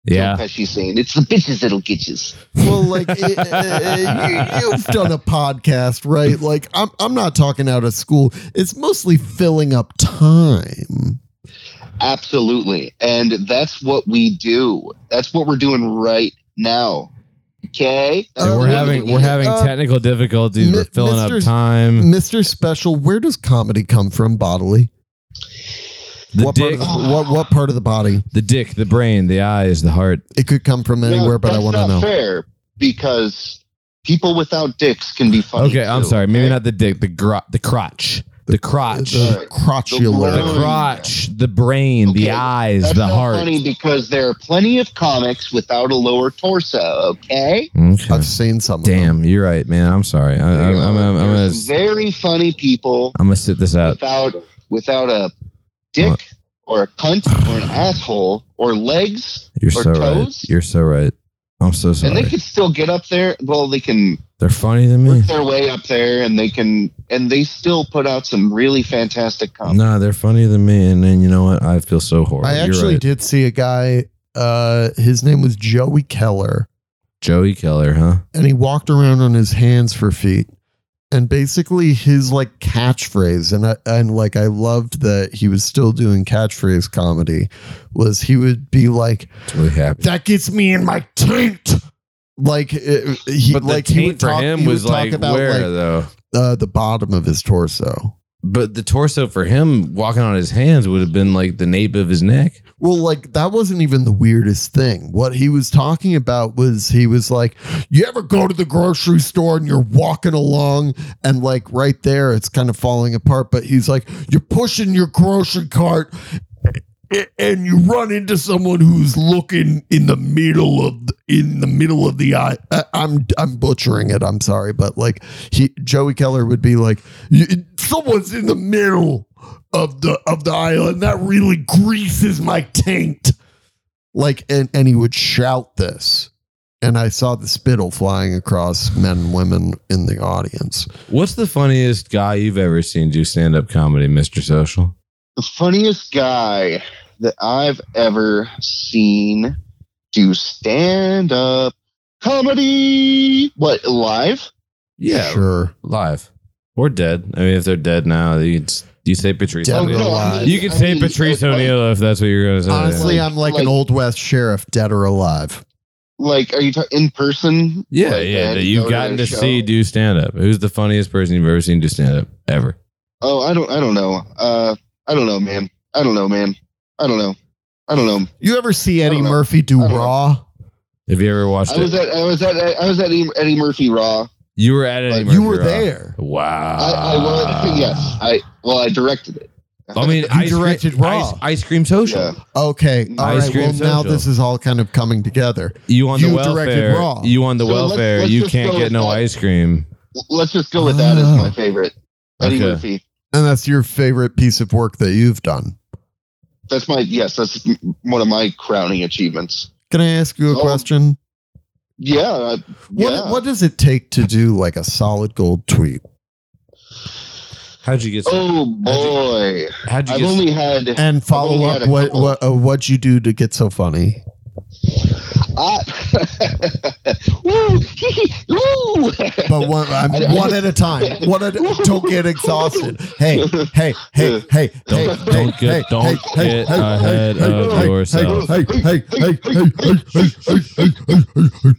Speaker 5: Yeah.
Speaker 7: Joe Pesci saying, "It's the bitches that'll get you."
Speaker 1: Well, like it, it- it- you, have done a podcast, right? Like I'm, I'm not talking out of school. It's mostly filling up time.
Speaker 7: Absolutely, and that's what we do. That's what we're doing right now. Okay,
Speaker 1: And
Speaker 5: We're having we're having
Speaker 1: Uh,
Speaker 5: technical difficulties. We're
Speaker 1: Mi-
Speaker 5: filling up
Speaker 1: Mr.
Speaker 5: time.
Speaker 1: Mr. Special, where does comedy come from bodily?
Speaker 5: The
Speaker 1: what
Speaker 5: dick,
Speaker 1: Part of the, what what part of the body?
Speaker 5: the dick, the brain, the eyes, the heart.
Speaker 1: It could come from
Speaker 7: No,
Speaker 1: anywhere, but I
Speaker 7: that's
Speaker 1: want to
Speaker 7: not
Speaker 1: know.
Speaker 7: Fair, because people without dicks can be funny.
Speaker 5: Okay, I'm
Speaker 7: too,
Speaker 5: sorry. Maybe
Speaker 7: okay?
Speaker 5: not the dick, the gro- the crotch, the crotch, the
Speaker 1: The crotulary.
Speaker 7: The brain.
Speaker 5: crotch, the brain, the
Speaker 7: Okay,
Speaker 5: eyes,
Speaker 7: That's
Speaker 5: the
Speaker 7: not
Speaker 5: heart.
Speaker 7: funny because there are plenty of comics without a lower torso. Okay.
Speaker 5: Okay.
Speaker 1: I've seen some. of them.
Speaker 5: Damn, you're right, man. I'm sorry. I, I, I'm, I'm, I'm, I'm gonna
Speaker 7: There's very funny people
Speaker 5: I'm gonna sit this out.
Speaker 7: without without a dick
Speaker 5: What?
Speaker 7: or a cunt or an asshole or legs,
Speaker 5: You're
Speaker 7: Or
Speaker 5: so
Speaker 7: toes?
Speaker 5: right. You're so right. I'm so
Speaker 7: and
Speaker 5: sorry.
Speaker 7: they can still get up there. Well, they can
Speaker 5: They're funnier than me.
Speaker 7: work their way up there, and they can and they still put out some really fantastic comedy.
Speaker 5: Nah, they're funnier than me. And then you know what? I feel so horrible.
Speaker 1: I
Speaker 5: you're
Speaker 1: actually
Speaker 5: right.
Speaker 1: did see a guy. Uh, his name was Joey Keller,
Speaker 5: Joey Keller, huh?
Speaker 1: and he walked around on his hands for feet. And basically, his like catchphrase, and I, and like I loved that he was still doing catchphrase comedy, was he would be like,
Speaker 5: Really happy.
Speaker 1: "That gets me in my taint." Like it, he,
Speaker 5: But the
Speaker 1: like he
Speaker 5: taint
Speaker 1: would
Speaker 5: for
Speaker 1: talk,
Speaker 5: him
Speaker 1: he would
Speaker 5: was
Speaker 1: talk
Speaker 5: like
Speaker 1: about
Speaker 5: where
Speaker 1: like
Speaker 5: though.
Speaker 1: uh, the bottom of his torso.
Speaker 5: But the torso for him walking on his hands would have been like the nape of his neck.
Speaker 1: Well, like that wasn't even the weirdest thing. What he was talking about was he was like, You ever go to the grocery store and you're walking along and like right there it's kind of falling apart, but he's like, You're pushing your grocery cart a- and you run into someone who's looking in the middle of the, in the middle of the eye. I, I'm I'm butchering it. I'm sorry, but like he Joey Keller would be like, "You- someone's in the middle of the of the island that really greases my taint. Like and and he would shout this. and I saw the spittle flying across men and women in the audience.
Speaker 5: What's the funniest guy you've ever seen do stand up comedy, Mr. Social?
Speaker 7: The funniest guy that I've ever seen do stand up comedy. What, live?
Speaker 1: sure.
Speaker 5: Live or dead. I mean, if they're dead now, you could, you say Patrice.
Speaker 1: Dead
Speaker 5: O'Neal.
Speaker 1: or
Speaker 7: Oh, I
Speaker 1: alive.
Speaker 7: mean-
Speaker 5: You could
Speaker 7: I
Speaker 5: say
Speaker 7: mean,
Speaker 5: Patrice
Speaker 7: like-
Speaker 5: O'Neill if that's what you're going to say.
Speaker 1: Honestly, I'm like,
Speaker 7: Like-
Speaker 1: an old west sheriff, dead or alive.
Speaker 7: Like, are you ta- in person?
Speaker 5: yeah,
Speaker 7: Like,
Speaker 5: yeah.
Speaker 7: and
Speaker 5: That
Speaker 7: go
Speaker 5: you've
Speaker 7: to
Speaker 5: gotten to
Speaker 7: their show?
Speaker 5: see do stand up. Who's the funniest person you've ever seen do stand up ever?
Speaker 7: Oh, I don't. I don't know. Uh, I don't know, man. I don't know, man. I don't know. I don't know.
Speaker 1: You ever see Eddie
Speaker 7: don't know.
Speaker 1: Murphy do
Speaker 7: I don't know.
Speaker 1: Raw?
Speaker 5: Have you ever watched
Speaker 7: I was
Speaker 5: it?
Speaker 7: at. I was at. I was at E, Eddie, Eddie Murphy Raw.
Speaker 5: you were at it.
Speaker 7: You
Speaker 1: You were there.
Speaker 5: Wow.
Speaker 7: I, I was. Yes. I. Well, I directed it.
Speaker 5: I mean,
Speaker 1: You
Speaker 5: ice
Speaker 1: directed
Speaker 5: cream,
Speaker 1: Raw.
Speaker 5: Ice, ice cream social.
Speaker 7: Yeah.
Speaker 1: Okay. all right.
Speaker 5: Ice cream
Speaker 1: Well, now
Speaker 5: social.
Speaker 1: this is all kind of coming together.
Speaker 5: You on the
Speaker 1: You
Speaker 5: welfare?
Speaker 1: directed Raw.
Speaker 5: You on the
Speaker 7: So let's-
Speaker 5: welfare?
Speaker 7: let's
Speaker 5: you
Speaker 7: just
Speaker 5: can't
Speaker 7: go
Speaker 5: get
Speaker 7: with
Speaker 5: no
Speaker 7: that.
Speaker 5: ice cream.
Speaker 7: Let's just go with that as my favorite. Eddie
Speaker 5: Ah. Okay.
Speaker 7: Murphy.
Speaker 1: And that's your favorite piece of work that you've done.
Speaker 7: That's my. Yes. That's m- one of my crowning achievements.
Speaker 1: Can I ask you a
Speaker 7: Oh,
Speaker 1: question?
Speaker 7: Yeah. uh,
Speaker 1: What
Speaker 7: yeah.
Speaker 1: What does it take to do like a solid gold tweet?
Speaker 5: How'd you get?
Speaker 7: Oh boy.
Speaker 5: how'd you
Speaker 7: I've
Speaker 5: get?
Speaker 7: only had.
Speaker 1: And follow
Speaker 7: only
Speaker 1: up
Speaker 7: had a
Speaker 1: what
Speaker 7: couple.
Speaker 1: what uh, what you do to get so funny?
Speaker 7: I, woo, woo.
Speaker 1: But one I'm,
Speaker 7: I- I
Speaker 1: one
Speaker 7: just-
Speaker 1: at a time. One at, don't get exhausted. Hey, hey, hey, hey, hey,
Speaker 5: Don't- don't
Speaker 1: hey,
Speaker 5: get-
Speaker 1: hey,
Speaker 5: don't
Speaker 1: hey, hey,
Speaker 5: get ahead
Speaker 1: hey,
Speaker 5: of
Speaker 1: hey, hey,
Speaker 5: yourself.
Speaker 1: Hey, hey, hey, hey, hey, hey, hey, hey, hey, hey, hey.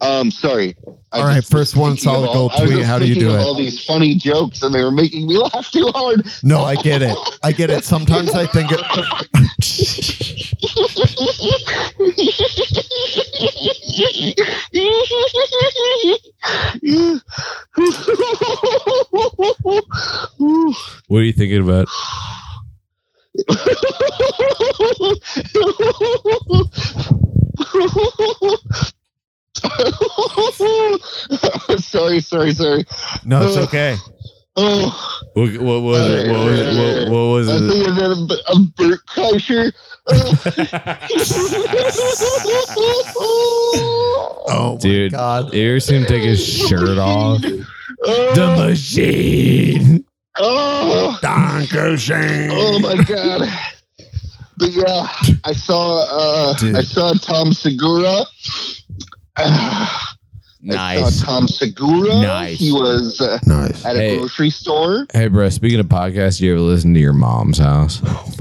Speaker 7: Um, sorry. I
Speaker 1: All right,
Speaker 7: just
Speaker 1: first
Speaker 7: was
Speaker 1: one
Speaker 7: thinking of
Speaker 1: solid
Speaker 7: all-
Speaker 1: gold
Speaker 7: I was
Speaker 1: tweet.
Speaker 7: just
Speaker 1: How do you
Speaker 7: thinking
Speaker 1: do
Speaker 7: of
Speaker 1: it?
Speaker 7: All these funny jokes, and they were making me laugh too hard.
Speaker 1: No, I get it. I get it. Sometimes I think it,
Speaker 5: What are you thinking about?
Speaker 7: sorry, sorry, sorry.
Speaker 1: No, it's
Speaker 7: Ugh.
Speaker 1: okay.
Speaker 7: Oh.
Speaker 5: What, what was it? What was it? What, what was
Speaker 7: I
Speaker 5: it?
Speaker 7: think it's a, b- a Bert Kreischer.
Speaker 1: Oh my
Speaker 5: Dude.
Speaker 1: god.
Speaker 5: You ever see him take his shirt off?
Speaker 7: Oh,
Speaker 5: The machine.
Speaker 7: oh, oh my god. But yeah, I saw uh, I
Speaker 1: Dude.
Speaker 7: saw Tom Segura. I saw Tom Segura.
Speaker 5: Nice.
Speaker 7: He was uh,
Speaker 1: Nice.
Speaker 7: at a
Speaker 5: Hey.
Speaker 7: grocery store.
Speaker 5: Hey, bro. Speaking of podcasts, you ever listen to your mom's house?
Speaker 1: Oh,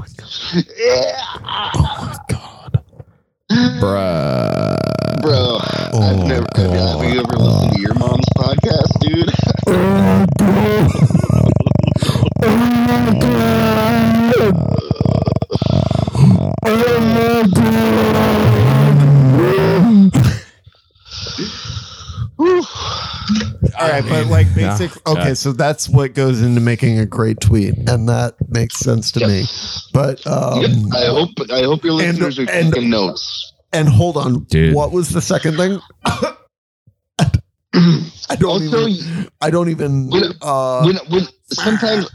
Speaker 7: Yeah,
Speaker 5: Bruh.
Speaker 7: bro.
Speaker 1: Oh,
Speaker 7: I've never. Have you ever listened to your mom's podcast, dude?
Speaker 1: Oh, All right, but like basic. Okay,
Speaker 5: Yeah.
Speaker 1: so that's what goes into making a great tweet, and that makes sense to me. But um,
Speaker 7: I hope I hope your
Speaker 1: And-
Speaker 7: listeners are
Speaker 1: and-
Speaker 7: taking notes.
Speaker 1: and hold on,
Speaker 5: Dude.
Speaker 1: what was the second thing? I don't
Speaker 7: Also,
Speaker 1: even. I don't even.
Speaker 7: When-
Speaker 1: Uh,
Speaker 7: when when sometimes,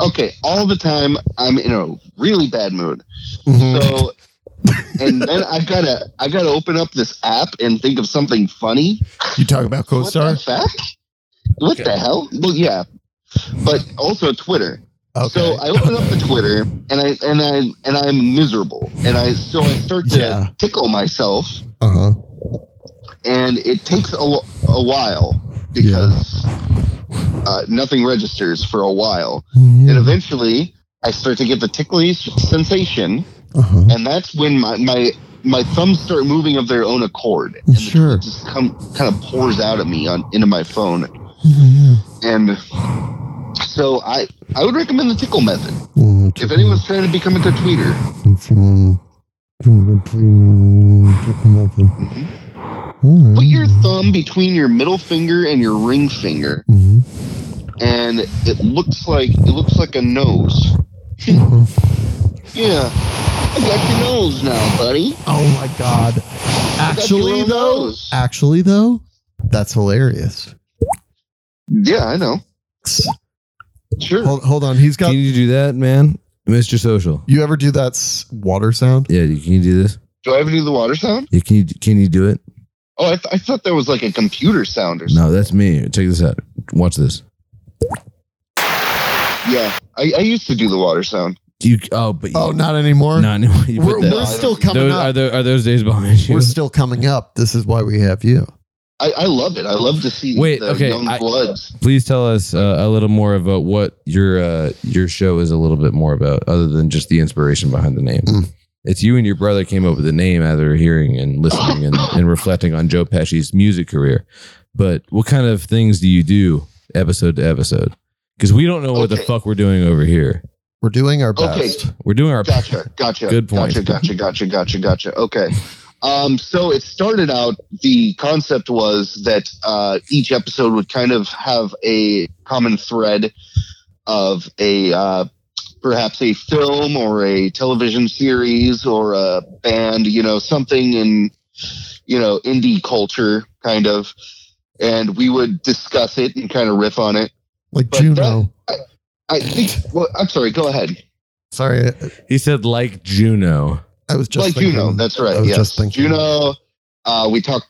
Speaker 7: okay, all the time I'm in a really bad mood.
Speaker 1: mhm.
Speaker 7: So, and then I gotta I gotta open up this app and think of something funny.
Speaker 1: you talk about
Speaker 7: What the
Speaker 1: co-star.
Speaker 7: fuck? What the hell? Well, yeah, but also Twitter.
Speaker 1: Okay.
Speaker 7: So I open up the Twitter and I and I and I'm miserable and I so I start to
Speaker 1: Yeah.
Speaker 7: tickle myself
Speaker 1: uh huh.
Speaker 7: and it takes a, wh- a while because uh, nothing registers for a while.
Speaker 1: Hmm.
Speaker 7: And eventually, I start to get the ticklish sensation,
Speaker 1: Uh-huh.
Speaker 7: and that's when my my my thumbs start moving of their own accord, and
Speaker 1: Sure.
Speaker 7: it just come kind of pours out of me on into my phone, and so I I would recommend the tickle method if anyone's trying to become a good tweeter. Put your thumb between your middle finger and your ring finger, and it looks like it looks like a nose. yeah, I got your nose now, buddy.
Speaker 1: Oh my god. Actually
Speaker 7: own
Speaker 1: though,
Speaker 7: nose.
Speaker 1: actually though, that's hilarious.
Speaker 7: Yeah, I know. Sure.
Speaker 1: Hold, hold on, he's got.
Speaker 5: Can you do that, man? Mr. Social.
Speaker 1: You ever do that s- water sound?
Speaker 5: Yeah, you- can you do this?
Speaker 7: Do I have to do the water sound?
Speaker 5: Yeah, can you can you do it?
Speaker 7: Oh, I, th- I thought there was like a computer sound or something.
Speaker 2: No, that's me. Check this out. Watch this.
Speaker 7: Yeah, I, I used to do the water sound.
Speaker 2: You oh, but you,
Speaker 1: Oh, not anymore.
Speaker 2: no, no, you put
Speaker 1: we're,
Speaker 2: that-
Speaker 1: we're still coming
Speaker 5: Those,
Speaker 1: up.
Speaker 5: are, tho- are those days behind you?
Speaker 1: we're still coming up. This is why we have you.
Speaker 7: I, I love it. I love to see
Speaker 5: Wait,
Speaker 7: the
Speaker 5: okay,
Speaker 7: young
Speaker 5: I-
Speaker 7: bloods.
Speaker 5: Please tell us uh, a little more about what your uh, your show is a little bit more about, other than just the inspiration behind the name.
Speaker 1: Mm.
Speaker 5: It's you and your brother came up with the name after hearing and listening and, and reflecting on Joe Pesci's music career. But what kind of things do you do episode to episode? Because we don't know what the
Speaker 7: Okay.
Speaker 5: fuck we're doing over here.
Speaker 1: We're doing our
Speaker 7: Okay.
Speaker 1: best.
Speaker 5: We're doing our
Speaker 7: Gotcha, gotcha.
Speaker 5: Good point.
Speaker 7: Gotcha, gotcha, gotcha, gotcha, gotcha. Okay. Um, so it started out. The concept was that uh, each episode would kind of have a common thread of a uh, perhaps a film or a television series or a band, you know, something in you know indie culture kind of, and we would discuss it and kind of riff on it.
Speaker 1: Like
Speaker 7: But
Speaker 1: Juno.
Speaker 7: I think. Well, I'm sorry. Go ahead.
Speaker 1: Sorry, I,
Speaker 5: He said like Juno.
Speaker 1: I was just
Speaker 7: like
Speaker 1: thinking,
Speaker 7: Juno. That's right.
Speaker 1: I was
Speaker 7: yes.
Speaker 1: just thinking-
Speaker 7: Juno. Uh, we talk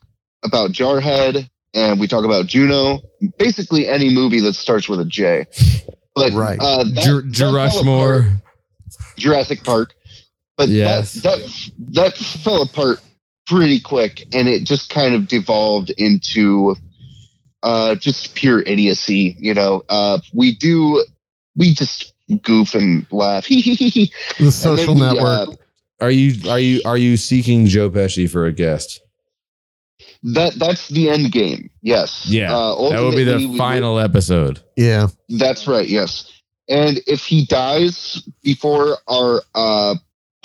Speaker 7: about Jarhead and we talk about Juno. Basically, any movie that starts with a J. But
Speaker 1: Right.
Speaker 7: uh, that-
Speaker 5: Jur-
Speaker 7: that
Speaker 5: Jur-
Speaker 7: fell apart-
Speaker 5: Rushmore.
Speaker 7: Jurassic Park. But
Speaker 5: Yes.
Speaker 7: that, that that fell apart pretty quick, and it just kind of devolved into uh, just pure idiocy. You know, uh, we do we just goof and laugh. the
Speaker 1: the social network.
Speaker 5: Are you are you are you seeking Joe Pesci for a guest?
Speaker 7: That that's the end game. Yes.
Speaker 5: Yeah,
Speaker 7: Uh,
Speaker 5: That would be
Speaker 7: ultimately,
Speaker 5: the
Speaker 7: we-
Speaker 5: final episode.
Speaker 1: yeah,
Speaker 7: that's right. Yes. And if he dies before our uh,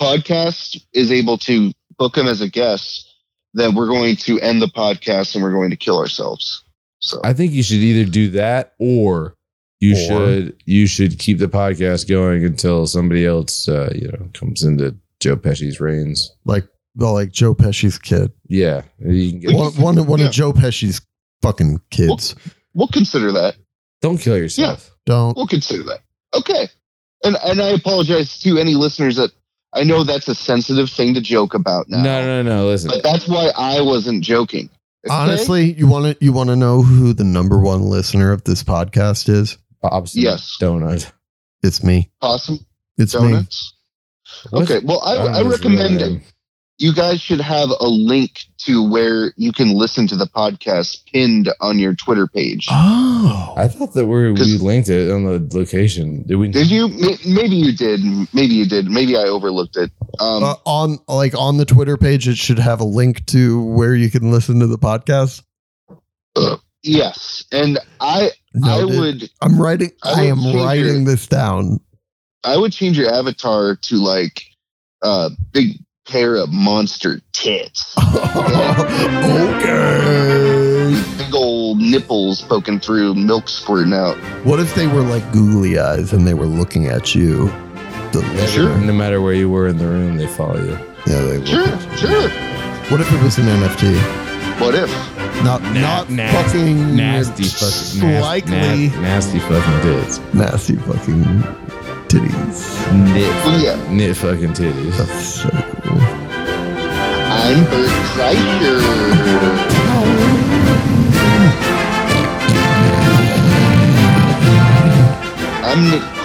Speaker 7: podcast is able to book him as a guest, then we're going to end the podcast and we're going to kill ourselves. So
Speaker 5: I think you should either do that or you
Speaker 1: Or-
Speaker 5: should you should keep the podcast going until somebody else uh, you know comes into Joe Pesci's reins.
Speaker 1: like well, like Joe Pesci's kid.
Speaker 5: Yeah, you can get-
Speaker 1: One one, of- one
Speaker 7: Yeah.
Speaker 1: of Joe Pesci's fucking kids.
Speaker 7: we'll consider that.
Speaker 5: don't kill yourself.
Speaker 1: Don't.
Speaker 7: We'll consider that. Okay. And and I apologize to any listeners that I know that's a sensitive thing to joke about now.
Speaker 5: No, no, no. Listen,
Speaker 7: But that's why I wasn't joking. Okay?
Speaker 1: Honestly, you want to you want to know who the number one listener of this podcast is?
Speaker 5: Bob's
Speaker 7: Yes.
Speaker 5: donut.
Speaker 1: It's me.
Speaker 7: possum
Speaker 1: It's me.
Speaker 7: donuts.
Speaker 5: What's-
Speaker 7: Okay, well, I, I
Speaker 5: don't know his
Speaker 7: recommend
Speaker 5: real
Speaker 7: it.
Speaker 5: name.
Speaker 7: you guys should have a link to where you can listen to the podcast pinned on your Twitter page.
Speaker 1: Oh,
Speaker 7: Um,
Speaker 5: I thought that we we
Speaker 7: 'Cause-
Speaker 5: linked it on the location. Did we?
Speaker 7: Did you? May- Maybe you did. Maybe you did. Maybe I overlooked it. Um,
Speaker 1: Uh, on like on the Twitter page, it should have a link to where you can listen to the podcast.
Speaker 7: yes, and I I
Speaker 1: Noted.
Speaker 7: would
Speaker 1: I'm writing.
Speaker 7: I
Speaker 1: I
Speaker 7: would
Speaker 1: am
Speaker 7: change it.
Speaker 1: writing this down.
Speaker 7: I would change your avatar to like a big pair of monster tits,
Speaker 1: Oh. okay.
Speaker 7: big old nipples poking through, milk squirting out.
Speaker 1: What if they were like googly eyes and they were looking at you? The
Speaker 5: Sure. No matter where you were in the room, they follow you.
Speaker 1: Yeah, they were.
Speaker 7: Sure, sure.
Speaker 1: What if it was an NFT?
Speaker 7: What if?
Speaker 1: Not not fucking
Speaker 5: nasty fucking nas-
Speaker 1: slightly
Speaker 5: nas- nasty fucking tits.
Speaker 1: nasty fucking titties.
Speaker 5: Knit,
Speaker 7: Yeah,
Speaker 5: knit fucking titties.
Speaker 1: That's so cool.
Speaker 7: I'm Bert Kreischer. I'm Nick